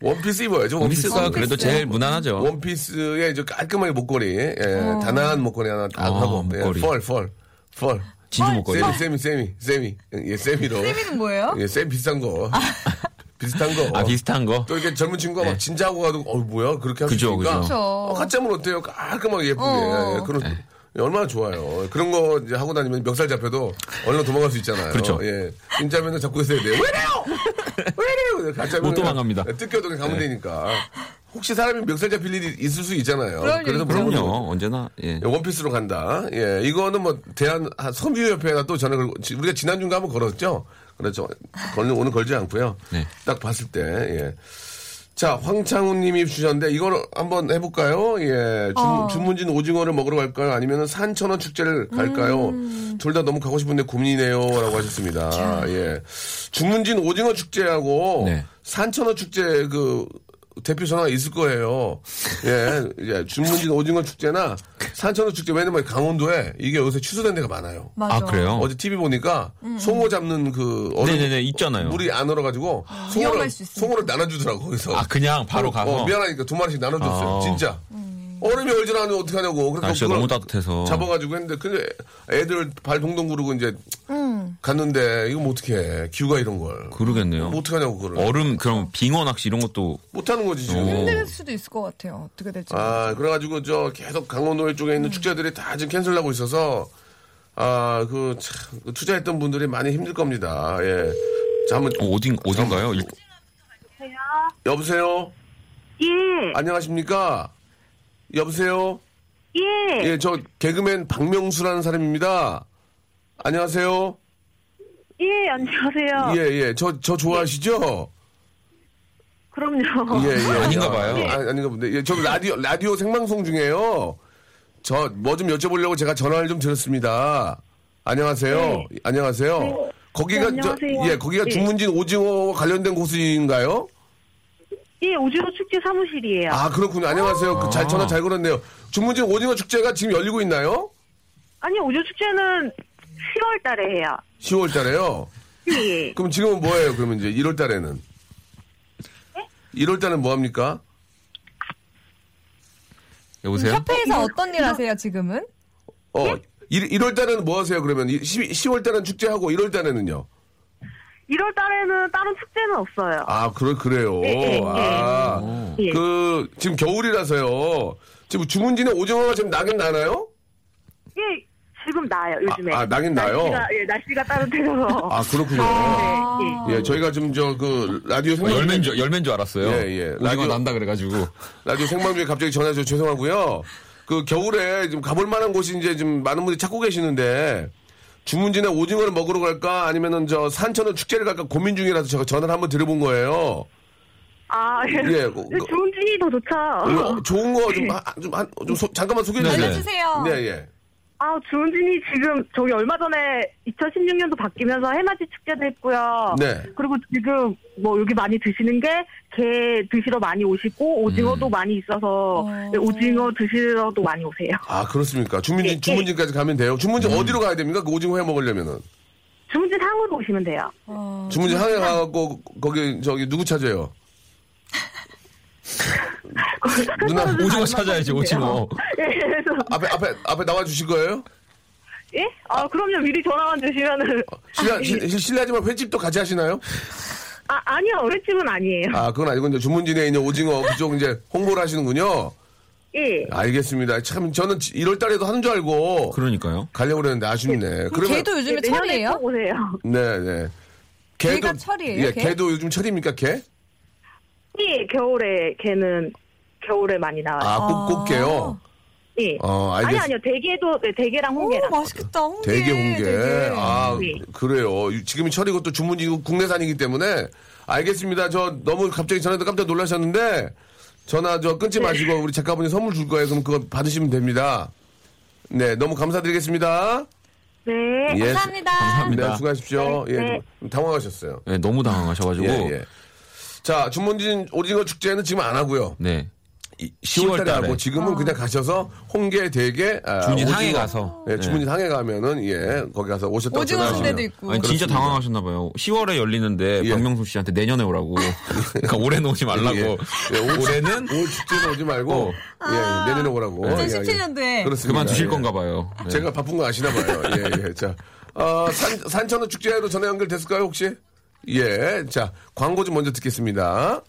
Speaker 1: 원피스 입어야죠. 원피스.
Speaker 5: 원피스가 그래도 제일
Speaker 1: 뭐,
Speaker 5: 무난하죠.
Speaker 1: 원피스에 이제 깔끔하게 목걸이, 예, 단아한 목걸이 하나 딱
Speaker 5: 어,
Speaker 1: 하고,
Speaker 5: 목걸이.
Speaker 1: 예, 펄, 펄, 펄.
Speaker 5: 진주 목걸이.
Speaker 1: 세미, 세미, 세미, 세미. 예, 세미로.
Speaker 4: 어? 세미는 뭐예요?
Speaker 1: 예, 쌤 비싼 거. 비슷한 거.
Speaker 5: 아 비슷한 거.
Speaker 1: 또 이렇게 젊은 친구가 막 진지하고 가도 어 뭐야 그렇게 하니까
Speaker 5: 그죠, 그죠.
Speaker 1: 어, 가짜면 어때요? 깔끔하게 예쁘게
Speaker 4: 어.
Speaker 1: 예, 그런
Speaker 5: 네.
Speaker 1: 얼마나 좋아요. 그런 거 이제 하고 다니면 멱살 잡혀도 얼른 도망갈 수 있잖아요.
Speaker 5: 그렇죠.
Speaker 1: 예, 진짜면은 잡고 있어야 돼요. 왜래요? 왜래요? 가짜면 예,
Speaker 5: 못 도망갑니다. 네.
Speaker 1: 뜯겨도 그냥 가면 되니까. 혹시 사람이 멱살 잡힐 일이 있을 수 있잖아요. 그래서
Speaker 4: 그럴 일이죠.
Speaker 1: 물어보는 거죠.
Speaker 5: 그럼요. 언제나 예.
Speaker 1: 예, 원피스로 간다. 예, 이거는 뭐 대한 아, 섬유협회가 또 전화 걸고 지- 우리가 지난 주인가 한번 걸었죠. 그렇죠. 걸는 오늘 걸지 않고요.
Speaker 5: 네.
Speaker 1: 딱 봤을 때 예. 자, 황창훈님이 주셨는데 이걸 한번 해볼까요? 예, 주,
Speaker 4: 어.
Speaker 1: 주문진 오징어를 먹으러 갈까요? 아니면 산천어 축제를 갈까요?
Speaker 4: 음.
Speaker 1: 둘 다 너무 가고 싶은데 고민이네요라고 하셨습니다. 예, 주문진 오징어 축제하고
Speaker 5: 네.
Speaker 1: 산천어 축제 그 대표 전화가 있을 거예요. 예, 예, 주문진 오징어 축제나 산천어 축제 왜냐면 강원도에 이게 요새 취소된 데가 많아요.
Speaker 4: 맞아.
Speaker 5: 아 그래요?
Speaker 1: 어제 TV 보니까
Speaker 4: 음.
Speaker 1: 송어 잡는 그 얼음
Speaker 5: 네네네, 있잖아요.
Speaker 1: 물이 안 얼어가지고
Speaker 4: 아, 위험할
Speaker 1: 송어를
Speaker 4: 수 있으니까.
Speaker 1: 송어를 나눠주더라고 거기서
Speaker 5: 아 그냥 바로
Speaker 1: 어,
Speaker 5: 가서.
Speaker 1: 어, 미안하니까 두 마리씩 나눠줬어요
Speaker 5: 아.
Speaker 1: 진짜 얼음이 얼질 않으면 어떡하냐고 그래서
Speaker 5: 날씨가
Speaker 1: 그걸
Speaker 5: 너무 따뜻해서.
Speaker 1: 잡아가지고 했는데 근데 애들 발 동동 구르고 이제 갔는데 이거 뭐 어떻게 해 기우가 이런 걸
Speaker 5: 그러겠네요.
Speaker 1: 뭐 어떡하냐고 그걸
Speaker 5: 얼음 그럼 빙어 낚시 이런 것도
Speaker 1: 못하는 거지 지금
Speaker 5: 어.
Speaker 4: 힘들 수도 있을 것 같아요. 어떻게 될지.
Speaker 1: 아, 그래가지고 저 계속 강원도 쪽에 있는 축제들이 다 지금 캔슬하고 있어서 아, 그, 참, 그 투자했던 분들이 많이 힘들 겁니다. 예. 자, 한번
Speaker 5: 어, 어딘 어딘가요? 일-
Speaker 1: 여보세요.
Speaker 9: 예,
Speaker 1: 안녕하십니까? 여보세요.
Speaker 9: 예,
Speaker 1: 예, 저 개그맨 박명수라는 사람입니다. 안녕하세요.
Speaker 9: 예, 안녕하세요.
Speaker 1: 예, 예. 저, 저 좋아하시죠?
Speaker 9: 어. 그럼요.
Speaker 1: 예, 예.
Speaker 5: 아닌가 봐요.
Speaker 1: 아, 아닌가 본데. 예, 저 라디오, 라디오 생방송 중이에요. 저, 뭐 좀 여쭤보려고 제가 전화를 좀 드렸습니다. 안녕하세요.
Speaker 9: 네.
Speaker 1: 안녕하세요.
Speaker 9: 네.
Speaker 1: 거기가,
Speaker 9: 네,
Speaker 1: 저,
Speaker 9: 안녕하세요.
Speaker 1: 예, 거기가
Speaker 9: 네.
Speaker 1: 중문진 오징어 관련된 곳인가요?
Speaker 9: 예, 오징어 축제 사무실이에요.
Speaker 1: 아, 그렇군요. 안녕하세요. 그 잘,
Speaker 5: 아.
Speaker 1: 전화 잘 걸었네요. 중문진 오징어 축제가 지금 열리고 있나요?
Speaker 9: 아니, 오징어 축제는 10월 달에 해요.
Speaker 1: 10월 달에요.
Speaker 9: 예.
Speaker 1: 그럼 지금은 뭐예요? 그러면 이제 1월 달에는? 1월 달에는 뭐 합니까?
Speaker 5: 여보세요?
Speaker 4: 음, 협회에서 어떤 일 하세요 지금은?
Speaker 1: 어, 1, 월 달에는 뭐 하세요? 그러면 1 0월 달에는 축제하고 1월 달에는요?
Speaker 9: 1월 달에는 다른 축제는 없어요.
Speaker 1: 아, 그래, 그래요.
Speaker 9: 예, 예,
Speaker 1: 아,
Speaker 9: 예.
Speaker 1: 그, 지금 겨울이라서요. 지금 주문진에 오징어가 지금 나긴 나나요?
Speaker 9: 예, 지금 나요, 요즘에.
Speaker 1: 아, 아, 나긴 나요?
Speaker 9: 날씨가, 예, 날씨가 따뜻해서.
Speaker 1: 아, 그렇군요.
Speaker 9: 예, 예.
Speaker 1: 예, 저희가 지금 저, 그, 라디오
Speaker 5: 어,
Speaker 1: 생방,
Speaker 5: 열매인 줄 열매인 줄 알았어요.
Speaker 1: 예, 예.
Speaker 5: 오징어
Speaker 1: 라디오-
Speaker 5: 난다 그래가지고.
Speaker 1: 라디오 생방 중에 갑자기 전화해서 죄송하고요. 그, 겨울에 좀 가볼 만한 곳이 이제 지금 많은 분들이 찾고 계시는데, 주문진에 오징어를 먹으러 갈까? 아니면은 저 산천어 축제를 갈까? 고민 중이라서 제가 전화를 한번 드려본 거예요.
Speaker 9: 아, 예.
Speaker 1: 예, 그- 그-
Speaker 9: 좋은 진이 더 좋죠.
Speaker 1: 어, 좋은 거 좀, 하- 좀, 한, 좀 소- 잠깐만 소개해
Speaker 5: 네,
Speaker 1: 주세요.
Speaker 4: 알려주세요.
Speaker 1: 네, 예.
Speaker 9: 아, 주은진이 지금 저기 얼마 전에 2016년도 바뀌면서 해맞이 축제도 했고요.
Speaker 1: 네.
Speaker 9: 그리고 지금 뭐 여기 많이 드시는 게 게 드시러 많이 오시고
Speaker 5: 음.
Speaker 9: 오징어도 많이 있어서 네, 오징어 드시러도 많이 오세요.
Speaker 1: 아 그렇습니까? 주문진
Speaker 9: 예,
Speaker 1: 주문진까지 가면 돼요. 주문진
Speaker 4: 음.
Speaker 1: 어디로 가야 됩니까? 그 오징어 해 먹으려면은
Speaker 9: 주은진 상으로 오시면 돼요.
Speaker 4: 음,
Speaker 1: 주문진 항해 가갖고 거기 저기 누구 찾아요? 누나
Speaker 5: 오징어 찾아야지 오징어.
Speaker 9: 예, 그래서
Speaker 1: 앞에 앞에 앞에 나와 주실 거예요?
Speaker 9: 예? 아, 그럼요. 미리 전화만 주시면은
Speaker 1: 실례 실- 실- 실례하지만 횟집도 같이 하시나요?
Speaker 9: 아, 아니요. 어랫집은 아니에요.
Speaker 1: 아 그건 아니고 이제 주문진에 있는 오징어 그쪽 이제 홍보를 하시는군요.
Speaker 9: 예.
Speaker 1: 알겠습니다. 참 저는 1월 달에도 하는 줄 알고
Speaker 5: 그러니까요.
Speaker 1: 가려고 그랬는데 아쉽네.
Speaker 4: 그럼 걔도 요즘에
Speaker 9: 네, 내년에
Speaker 4: 철이에요?
Speaker 9: 꼭 오세요.
Speaker 1: 네네.
Speaker 4: 걔가 철이에요,
Speaker 1: 예,
Speaker 4: 걔?
Speaker 1: 걔도 요즘 철입니까 걔?
Speaker 9: 예, 겨울에 걔는 겨울에 많이 나와요.
Speaker 1: 아 꽃- 꽃게요.
Speaker 9: 예.
Speaker 1: 어
Speaker 9: 아니
Speaker 1: 알겠습니다.
Speaker 9: 아니요 대게도 네, 대게랑
Speaker 4: 오
Speaker 9: 홍게랑
Speaker 4: 맛있겠다 홍게.
Speaker 1: 대게 홍게.
Speaker 4: 되게.
Speaker 1: 아,
Speaker 9: 네.
Speaker 1: 그래요. 지금이 철이고 또 주문이고 국내산이기 때문에 알겠습니다. 저 너무 갑자기 전화해서 깜짝 놀라셨는데 전화 저 끊지
Speaker 4: 네.
Speaker 1: 마시고 우리 작가분이 선물 줄 거예요. 그럼 그거 받으시면 됩니다. 네, 너무 감사드리겠습니다.
Speaker 9: 네.
Speaker 1: 예,
Speaker 4: 감사합니다.
Speaker 1: 수- 네, 수고하십시오. 예,
Speaker 9: 네.
Speaker 1: 좀 당황하셨어요.
Speaker 5: 네, 너무 당황하셔가지고.
Speaker 1: 예, 예. 자, 주문진 오징어 축제는 지금 안 하고요.
Speaker 5: 네.
Speaker 1: 이- 10월 달에 하고
Speaker 5: 달에.
Speaker 4: 아.
Speaker 1: 지금은 그냥 가셔서 홍게, 대게, 아,
Speaker 5: 주문진
Speaker 1: 오징어.
Speaker 5: 항해 가서.
Speaker 1: 예, 주문진 항해 가면은 예, 거기 가서 오셨다고
Speaker 4: 오징어
Speaker 1: 전화하시면.
Speaker 4: 순대도 있고.
Speaker 5: 아니, 진짜
Speaker 1: 그렇습니다.
Speaker 5: 당황하셨나봐요. 10월에 열리는데
Speaker 1: 예.
Speaker 5: 박명수 씨한테 내년에 오라고. 그러니까 올해는 오지 말라고.
Speaker 1: 예. 예, 올-
Speaker 5: 올해는 어.
Speaker 1: 올 축제는 오지 말고
Speaker 4: 아,
Speaker 1: 예, 내년에 오라고. 예, 예.
Speaker 4: 2017년도에 에.
Speaker 1: 그렇습니다.
Speaker 5: 그만 두실
Speaker 1: 예.
Speaker 5: 건가 봐요. 네.
Speaker 1: 제가 아, 바쁜 거 아시나 봐요. 예, 예. 자, 어, 산, 산천어 축제로 전화 연결됐을까요 혹시? 예. 자, 광고 좀 먼저 듣겠습니다.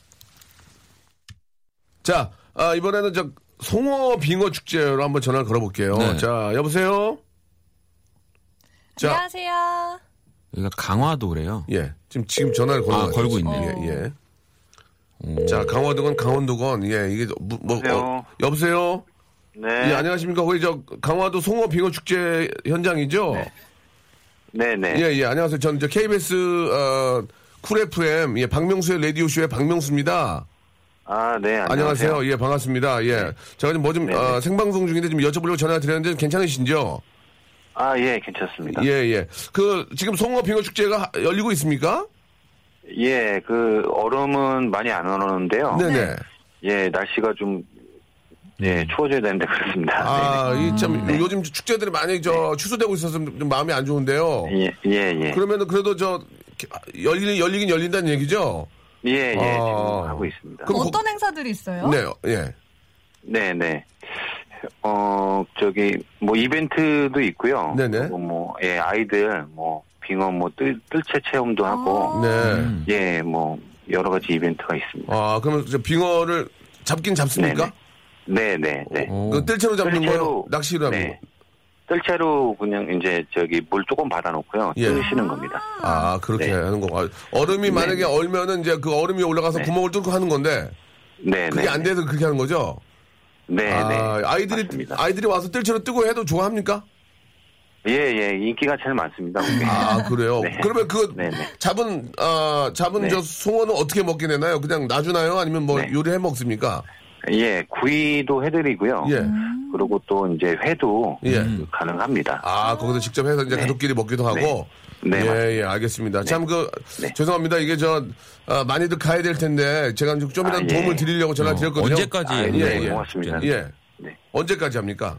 Speaker 1: 자, 아, 이번에는 저 송어 빙어 축제로 한번 전화를 걸어볼게요.
Speaker 5: 네.
Speaker 1: 자, 여보세요? 자,
Speaker 4: 안녕하세요.
Speaker 5: 여기가 강화도래요.
Speaker 1: 예. 지금, 지금 전화를 걸고,
Speaker 5: 아, 걸고 있네요. 어.
Speaker 1: 예, 예. 자, 강화도건 강원도건, 예, 이게 뭐, 뭐, 어, 여보세요?
Speaker 3: 네.
Speaker 1: 예, 안녕하십니까. 거기 저 강화도 송어 빙어 축제 현장이죠?
Speaker 3: 네네.
Speaker 1: 예, 예, 안녕하세요. 저는 저 KBS, 어, 쿨 FM, 예, 박명수의 라디오쇼의 박명수입니다.
Speaker 3: 아, 네.
Speaker 1: 안녕하세요. 예, 반갑습니다. 예. 제가 지금 뭐 좀,
Speaker 3: 네,
Speaker 1: 어, 생방송 중인데 좀 여쭤보려고 전화 드렸는데 괜찮으신지요?
Speaker 3: 아, 예, 괜찮습니다.
Speaker 1: 예,
Speaker 3: 예.
Speaker 1: 예. 그, 지금 송어 빙어 축제가 하- 열리고 있습니까?
Speaker 3: 그, 얼음은 많이 안 오는데요.
Speaker 1: 어, 네네.
Speaker 3: 예, 날씨가 좀, 예, 추워져야 되는데 그렇습니다.
Speaker 1: 음.
Speaker 3: 네,
Speaker 1: 아, 이
Speaker 3: 음,
Speaker 1: 참, 요즘 축제들이 많이 저, 취소되고 있어서 좀, 좀 마음이 안 좋은데요.
Speaker 3: 네네. 예, 예, 예.
Speaker 1: 그러면은 그래도 저, 열리긴, 열리긴 열린다는 얘기죠?
Speaker 3: 예, 예,
Speaker 1: 아.
Speaker 3: 지금 하고 있습니다.
Speaker 1: 그럼
Speaker 4: 어떤 행사들이 있어요?
Speaker 1: 네, 예.
Speaker 3: 네, 네. 어, 저기, 뭐, 이벤트도 있고요.
Speaker 1: 네네.
Speaker 3: 그리고 뭐, 예, 아이들, 뭐, 빙어, 뭐, 뜰, 뜰채 체험도 하고,
Speaker 1: 네.
Speaker 3: 예, 뭐, 여러 가지 이벤트가 있습니다.
Speaker 1: 아, 그러면 저 빙어를 잡긴 잡습니까?
Speaker 3: 네, 네, 네.
Speaker 1: 그 뜰채로 잡는 거요?
Speaker 3: 뜰채로.
Speaker 1: 낚시로 하는 거?
Speaker 3: 네. 뜰채로 그냥 이제 저기 물 조금 받아놓고요.
Speaker 1: 예.
Speaker 3: 뜨시는 겁니다.
Speaker 1: 아, 그렇게
Speaker 3: 네.
Speaker 1: 하는 거고. 얼음이 만약에 얼면은 이제 그 얼음이 올라가서
Speaker 3: 네.
Speaker 1: 구멍을 뚫고 하는 건데
Speaker 3: 네,
Speaker 1: 그게
Speaker 3: 네.
Speaker 1: 안 돼서 그렇게 하는 거죠?
Speaker 3: 네, 네.
Speaker 1: 아, 아이들이
Speaker 3: 맞습니다.
Speaker 1: 아이들이 와서 뜰채로 뜨고 해도 좋아합니까?
Speaker 3: 예, 예. 인기가 제일 많습니다. 그게.
Speaker 1: 아, 그래요.
Speaker 3: 네.
Speaker 1: 그러면 그
Speaker 3: 네, 네.
Speaker 1: 잡은 아, 잡은
Speaker 3: 네.
Speaker 1: 저 송어는 어떻게 먹게 되나요? 그냥 놔주나요? 아니면 뭐
Speaker 3: 네.
Speaker 1: 요리해 먹습니까?
Speaker 3: 예, 구이도 해드리고요.
Speaker 1: 예.
Speaker 3: 그리고 또 이제 회도
Speaker 1: 예.
Speaker 3: 그 가능합니다.
Speaker 1: 아, 거기서 직접 해서 이제
Speaker 3: 네.
Speaker 1: 가족끼리 먹기도 하고.
Speaker 3: 네. 네,
Speaker 1: 예, 예, 알겠습니다. 참, 그,
Speaker 3: 네.
Speaker 1: 죄송합니다. 이게 저, 아, 많이들 가야 될 텐데, 제가 좀좀
Speaker 3: 아,
Speaker 1: 이라도
Speaker 3: 예.
Speaker 1: 도움을 드리려고 전화 드렸거든요.
Speaker 5: 어, 언제까지?
Speaker 3: 아, 예,
Speaker 1: 예.
Speaker 3: 고맙습니다.
Speaker 1: 예.
Speaker 3: 네.
Speaker 1: 언제까지 합니까?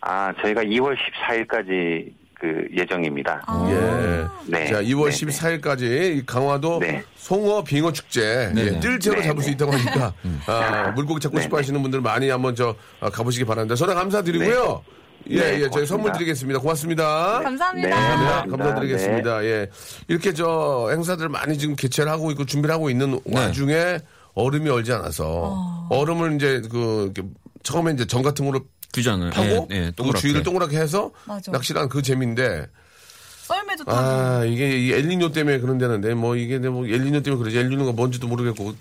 Speaker 3: 아, 저희가 2월 14일까지 그 예정입니다.
Speaker 4: 아.
Speaker 1: 예.
Speaker 3: 네.
Speaker 1: 자, 2월
Speaker 3: 네,
Speaker 1: 14일까지 이 강화도
Speaker 3: 네.
Speaker 1: 송어 빙어 축제
Speaker 5: 네,
Speaker 1: 예,
Speaker 5: 네.
Speaker 1: 뜰채로
Speaker 3: 네,
Speaker 1: 잡을 수
Speaker 3: 네.
Speaker 1: 있다고 하니까 아, 물고기 잡고
Speaker 3: 네,
Speaker 1: 싶어
Speaker 3: 네.
Speaker 1: 하시는 분들 많이 한번 저 아, 가보시기 바랍니다. 전화 감사드리고요.
Speaker 3: 네.
Speaker 1: 예,
Speaker 3: 네,
Speaker 1: 예, 저희
Speaker 3: 고맙습니다.
Speaker 1: 선물 드리겠습니다. 고맙습니다.
Speaker 4: 감사합니다.
Speaker 3: 네,
Speaker 1: 네,
Speaker 3: 감사합니다.
Speaker 1: 감사드리겠습니다. 예. 이렇게 저 행사들 많이 지금 개최를 하고 있고 준비를 하고 있는
Speaker 5: 네.
Speaker 1: 와중에 얼음이 얼지
Speaker 3: 어.
Speaker 1: 않아서 얼음을 이제 그 이렇게 처음에 이제 정 같은 거로
Speaker 5: 규잖아요.
Speaker 1: 파고
Speaker 5: 예, 예,
Speaker 1: 그
Speaker 5: 동그랗게.
Speaker 1: 주위를 동그랗게 해서
Speaker 4: 맞아.
Speaker 1: 낚시를 한그 재미인데
Speaker 4: 썰매도 타고.
Speaker 1: 아 이게 이 엘리뇨 때문에 그런다는데 뭐 이게 뭐 엘리뇨 때문에 그러지 엘리뇨가 뭔지도 모르겠고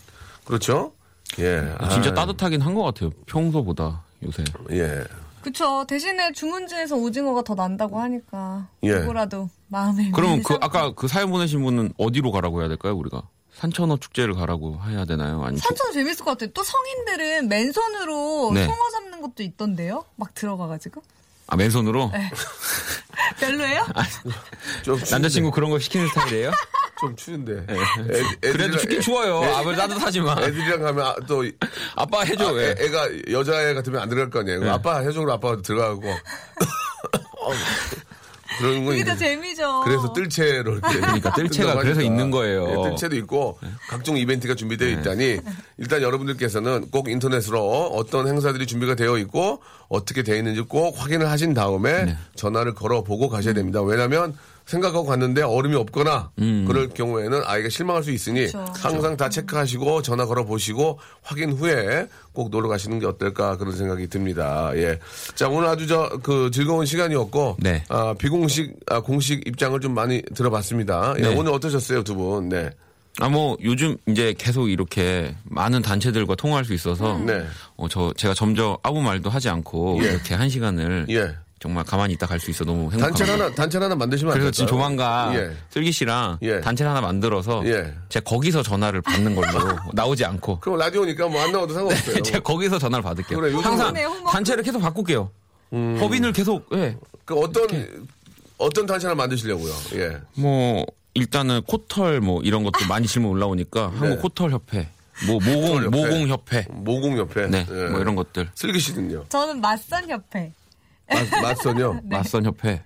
Speaker 1: 그렇죠? 예.
Speaker 5: 진짜
Speaker 1: 아,
Speaker 5: 따뜻하긴 한 것 같아요. 평소보다
Speaker 4: 네,
Speaker 5: 요새.
Speaker 1: 예.
Speaker 4: 그쵸. 대신에 주문지에서 오징어가 더 난다고 하니까.
Speaker 1: 예.
Speaker 4: 그거라도 마음에.
Speaker 5: 그러면
Speaker 4: 미리
Speaker 5: 그
Speaker 4: 삼고.
Speaker 5: 아까 그 사연 보내신 분은 어디로 가라고 해야 될까요? 우리가 산천어 축제를 가라고 해야 되나요? 아니면
Speaker 4: 산천 재밌을 것 같아요. 또 성인들은 맨손으로
Speaker 5: 네.
Speaker 4: 송어 잡는 것도 있던데요? 막 들어가가지고.
Speaker 5: 아 맨손으로
Speaker 4: 네. 별로예요?
Speaker 1: 좀
Speaker 5: 남자친구 그런 거 시키는 스타일이에요?
Speaker 1: 추운데, 좀 추운데. 애,
Speaker 5: 그래도 춥긴 추워요. 아무리 따뜻하지만
Speaker 1: 애들이랑 가면 아, 또
Speaker 5: 아빠 해줘.
Speaker 1: 아,
Speaker 5: 예.
Speaker 1: 애, 가 여자애 같으면 안 들어갈 거 아니에요. 그럼 아빠 해적으로 아빠가 들어가고 어, 그런 건
Speaker 4: 그게 더
Speaker 1: 이제
Speaker 4: 재미죠.
Speaker 1: 그래서 뜰채로 이렇게
Speaker 5: 그러니까 뜰채가
Speaker 1: 뜬다고
Speaker 5: 그래서
Speaker 1: 하니까.
Speaker 5: 있는 거예요.
Speaker 1: 예, 뜰채도 있고 각종 이벤트가 준비되어
Speaker 5: 네.
Speaker 1: 있다니 일단 여러분들께서는 꼭 인터넷으로 어떤 행사들이 준비가 되어 있고 어떻게 되어 있는지 꼭 확인을 하신 다음에
Speaker 5: 네.
Speaker 1: 전화를 걸어보고 가셔야 됩니다. 왜냐하면 생각하고 갔는데 얼음이 없거나 그럴 경우에는 아이가 실망할 수 있으니
Speaker 4: 그렇죠.
Speaker 1: 항상 다 체크하시고 전화 걸어보시고 확인 후에 꼭 놀러 가시는 게 어떨까 그런 생각이 듭니다. 예. 자, 오늘 아주 저 그 즐거운 시간이었고
Speaker 5: 네.
Speaker 1: 아, 비공식 아, 공식 입장을 좀 많이 들어봤습니다. 예,
Speaker 5: 네.
Speaker 1: 오늘 어떠셨어요, 두 분? 네.
Speaker 5: 아 뭐 요즘 이제 계속 이렇게 많은 단체들과 통화할 수 있어서
Speaker 1: 네.
Speaker 5: 어, 저 제가 점점 아무 말도 하지 않고
Speaker 1: 예.
Speaker 5: 이렇게 한 시간을
Speaker 1: 예.
Speaker 5: 정말 가만히 있다 갈 수 있어 너무 행복합니다.
Speaker 1: 단체 하나 단체 하나 만드시면 안 될까요?
Speaker 5: 그래서 지금 조만간
Speaker 1: 예.
Speaker 5: 슬기 씨랑
Speaker 1: 예.
Speaker 5: 단체 하나 만들어서
Speaker 1: 예.
Speaker 5: 제가 거기서 전화를 받는 걸로 나오지 않고
Speaker 1: 그럼 라디오니까 뭐 안 나와도 상관없어요.
Speaker 5: 제가 거기서 전화를 받을게요.
Speaker 1: 그래, 요즘- 음.
Speaker 5: 항상
Speaker 4: 홍보네, 홍보.
Speaker 5: 단체를 계속 바꿀게요. 법인을 계속 예.
Speaker 1: 그 어떤 어떤 단체 하나 만드시려고요. 예.
Speaker 5: 뭐 일단은 코털 뭐 이런 것도 많이 질문 올라오니까
Speaker 1: 네.
Speaker 5: 한국 코털 협회, 뭐 모공
Speaker 1: 협회.
Speaker 5: 모공 협회,
Speaker 1: 모공 옆에
Speaker 5: 네,
Speaker 1: 예.
Speaker 5: 뭐 이런 것들
Speaker 1: 슬기 씨는요.
Speaker 4: 저는 맞선 협회.
Speaker 5: 아.
Speaker 1: 맞- 맞선요.
Speaker 5: 네. 맞선 협회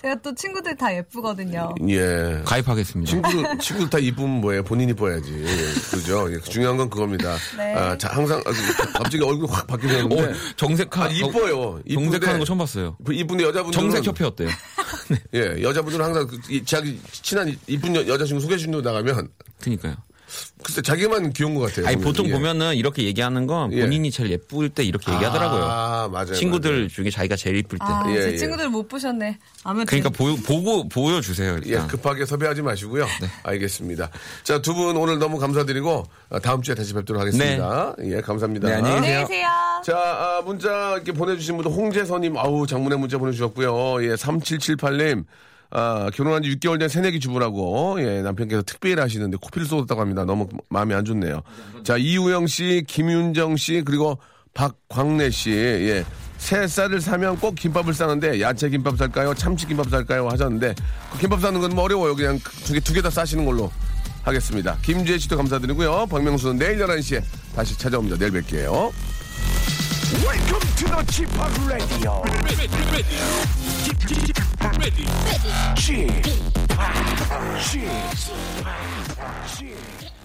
Speaker 4: 제가 또 친구들 다 예쁘거든요.
Speaker 1: 예.
Speaker 5: 가입하겠습니다.
Speaker 1: 친구들, 친구들 다 이쁘면 뭐예요? 본인이 이뻐야지. 예, 그죠? 예, 중요한 건 그겁니다.
Speaker 4: 네.
Speaker 1: 아, 자, 항상, 아, 그, 갑자기 얼굴이 확 바뀌는데.
Speaker 5: 정색하
Speaker 1: 아, 이뻐요. 이쁜데.
Speaker 5: 정색하는 거 처음 봤어요.
Speaker 1: 이쁜데 여자분들.
Speaker 5: 정색 협회 어때요?
Speaker 1: 예, 여자분들은 항상 그 이- 자기 친한 이- 이쁜 여, 여자친구 소개팅도 나가면
Speaker 5: 그니까요.
Speaker 1: 글쎄 자기만 귀여운 것 같아요.
Speaker 5: 아니
Speaker 1: 보면.
Speaker 5: 보통
Speaker 1: 예.
Speaker 5: 보면은 이렇게 얘기하는 건
Speaker 1: 예.
Speaker 5: 본인이 제일 예쁠 때 이렇게 얘기하더라고요.
Speaker 1: 아, 맞아요.
Speaker 5: 친구들
Speaker 1: 맞아요.
Speaker 5: 중에 자기가 제일 예쁠 때.
Speaker 4: 아,
Speaker 1: 예,
Speaker 4: 제
Speaker 1: 예.
Speaker 4: 친구들 못 보셨네. 아무튼
Speaker 5: 그러니까 보, 보고 보여주세요.
Speaker 1: 예,
Speaker 5: 일단.
Speaker 1: 급하게 섭외하지 마시고요.
Speaker 5: 네.
Speaker 1: 알겠습니다. 자, 두 분 오늘 너무 감사드리고 어, 다음 주에 다시 뵙도록 하겠습니다. 예, 감사합니다.
Speaker 5: 네, 안녕히
Speaker 4: 안녕히 계세요.
Speaker 1: 자, 아, 문자 이렇게 보내주신 분도 홍재선님, 아우, 장문의 문자 보내주셨고요. 예, 3778님, 아, 결혼한 지 6개월 된 새내기 주부라고, 예, 남편께서 특별히 하시는데 코피를 쏟았다고 합니다. 너무 마음이 안 좋네요. 자, 이우영 씨, 김윤정 씨, 그리고 박광래 씨, 예. 새 쌀을 사면 꼭 김밥을 싸는데 야채 김밥 살까요? 참치 김밥 살까요? 하셨는데 그 김밥 싸는 건 뭐 어려워요. 그냥 두개두 개 다 싸시는 걸로 하겠습니다. 김지혜 씨도 감사드리고요. 박명수는 내일 11시에 다시 찾아옵니다. 내일 뵐게요.
Speaker 7: Welcome to the Chip Radio. Chip